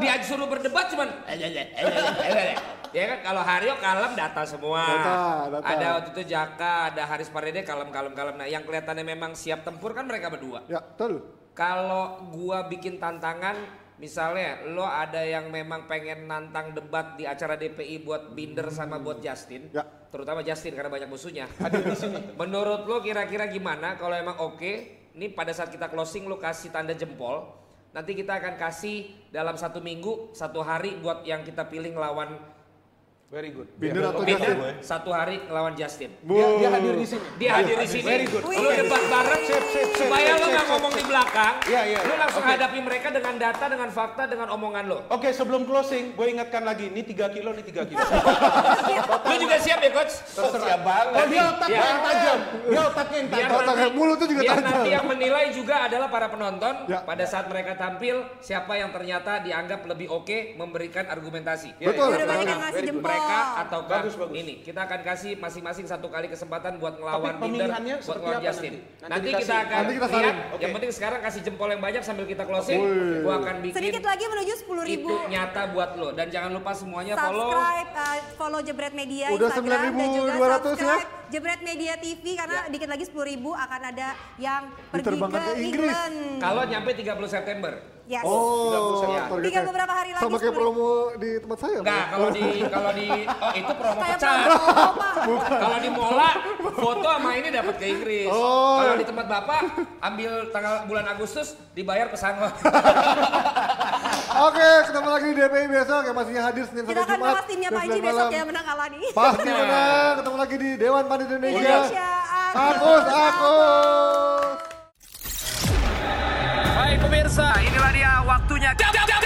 S1: Dia suruh berdebat cuman "Eh, eh, eh, eh, eh, eh." Ya kan kalau Haryo kalem data semua.
S3: Data, data.
S1: Ada waktu itu Jaka, ada Haris Parede kalem kalem kalem. Nah, yang kelihatannya memang siap tempur kan mereka berdua.
S3: Ya, betul.
S1: Kalau gua bikin tantangan, misalnya lo ada yang memang pengen nantang debat di acara DPI buat Binder sama buat Justin,
S3: Ya.
S1: terutama Justin karena banyak musuhnya. di sini. Menurut lo kira-kira gimana? Kalau emang oke, ini pada saat kita closing lo kasih tanda jempol. Nanti kita akan kasih dalam satu minggu, satu hari buat yang kita pilih ngelawan
S5: Very good.
S8: ya.
S3: Binder atau Justin?
S1: Binder, satu hari ngelawan Justin.
S5: Dia, dia hadir di sini.
S1: Dia hadir di sini.
S5: Very good.
S1: Lu debat bareng supaya lo nggak ngomong di belakang.
S5: Iya, iya,
S1: Lu
S5: iya.
S1: langsung
S5: Oke.
S1: hadapi mereka dengan data, dengan fakta, dengan omongan lo.
S5: Oke, sebelum closing, gue ingatkan lagi, ini 3 kilo, ini 3 kilo. Iya,
S1: Lu juga siap ya, coach?
S4: Siap banget.
S5: Oh, dia otaknya
S1: Iya.
S5: yang tajam. Dia otaknya yang
S1: Biar
S5: tajam.
S3: Otak
S1: nanti,
S3: yang mulut tuh juga
S1: biar
S3: tajam.
S1: nanti Iya, yang menilai juga adalah para penonton
S3: Ya.
S1: pada saat mereka tampil siapa yang ternyata dianggap lebih oke memberikan argumentasi.
S3: Betul.
S2: Udah banyak yang
S3: betul.
S2: ngasih jempol.
S1: Mereka ataukah
S5: Iya. Bagus, bagus.
S1: ini kita akan kasih masing-masing satu kali kesempatan buat
S5: Tapi
S1: ngelawan Binder,
S5: pemilihannya
S1: buat
S5: seperti
S1: ngelawan
S5: apa
S1: Justin.
S5: nanti?
S1: Nanti,
S5: Nanti
S1: kita
S5: dikasih.
S1: akan
S3: Nanti kita
S1: lihat.
S3: saring.
S1: Yang
S5: Oke.
S1: penting sekarang kasih jempol yang banyak sambil kita closing. Gua akan bikin
S2: Sedikit lagi menuju 10.000
S1: itu
S2: ribu.
S1: nyata buat lo dan jangan lupa semuanya follow
S2: subscribe, uh, follow Jebret Media
S3: Udah
S2: Instagram dan juga
S3: 9.200 ya?
S2: subscribe Jebret Media TV karena dikit lagi 10.000 akan ada yang pergi
S3: Diterbangkan
S2: ke,
S3: ke Inggris.
S2: England.
S1: kalau nyampe 30 September.
S2: Yes.
S3: Oh,
S8: sekian.
S3: targetnya.
S2: Tinggal beberapa hari lagi
S3: Sama kayak
S2: sebelum-
S3: promo di tempat saya.
S8: Enggak,
S3: Pak.
S8: kalau di kalau di oh, itu promo
S2: Kayak
S8: pecah.
S2: promo, Pak.
S8: Kalau di mola foto sama ini dapat ke Inggris.
S3: Oh.
S8: Kalau di tempat Bapak ambil tanggal bulan Agustus dibayar pesangon.
S3: Oke, ketemu lagi di DPI besok yang masih hadir Senin
S2: Kita
S3: sampai
S2: akan
S3: Jumat.
S2: bahas timnya
S3: jam
S2: Pak Haji
S3: 9
S2: besok
S3: malam.
S2: ya menang kalah nih.
S3: Pasti menang. Ketemu lagi di Dewan Pandit Indonesia.
S2: Indonesia,
S3: Agus, Agus.
S8: Hai pemirsa, inilah dia waktunya. Jam, jam, jam.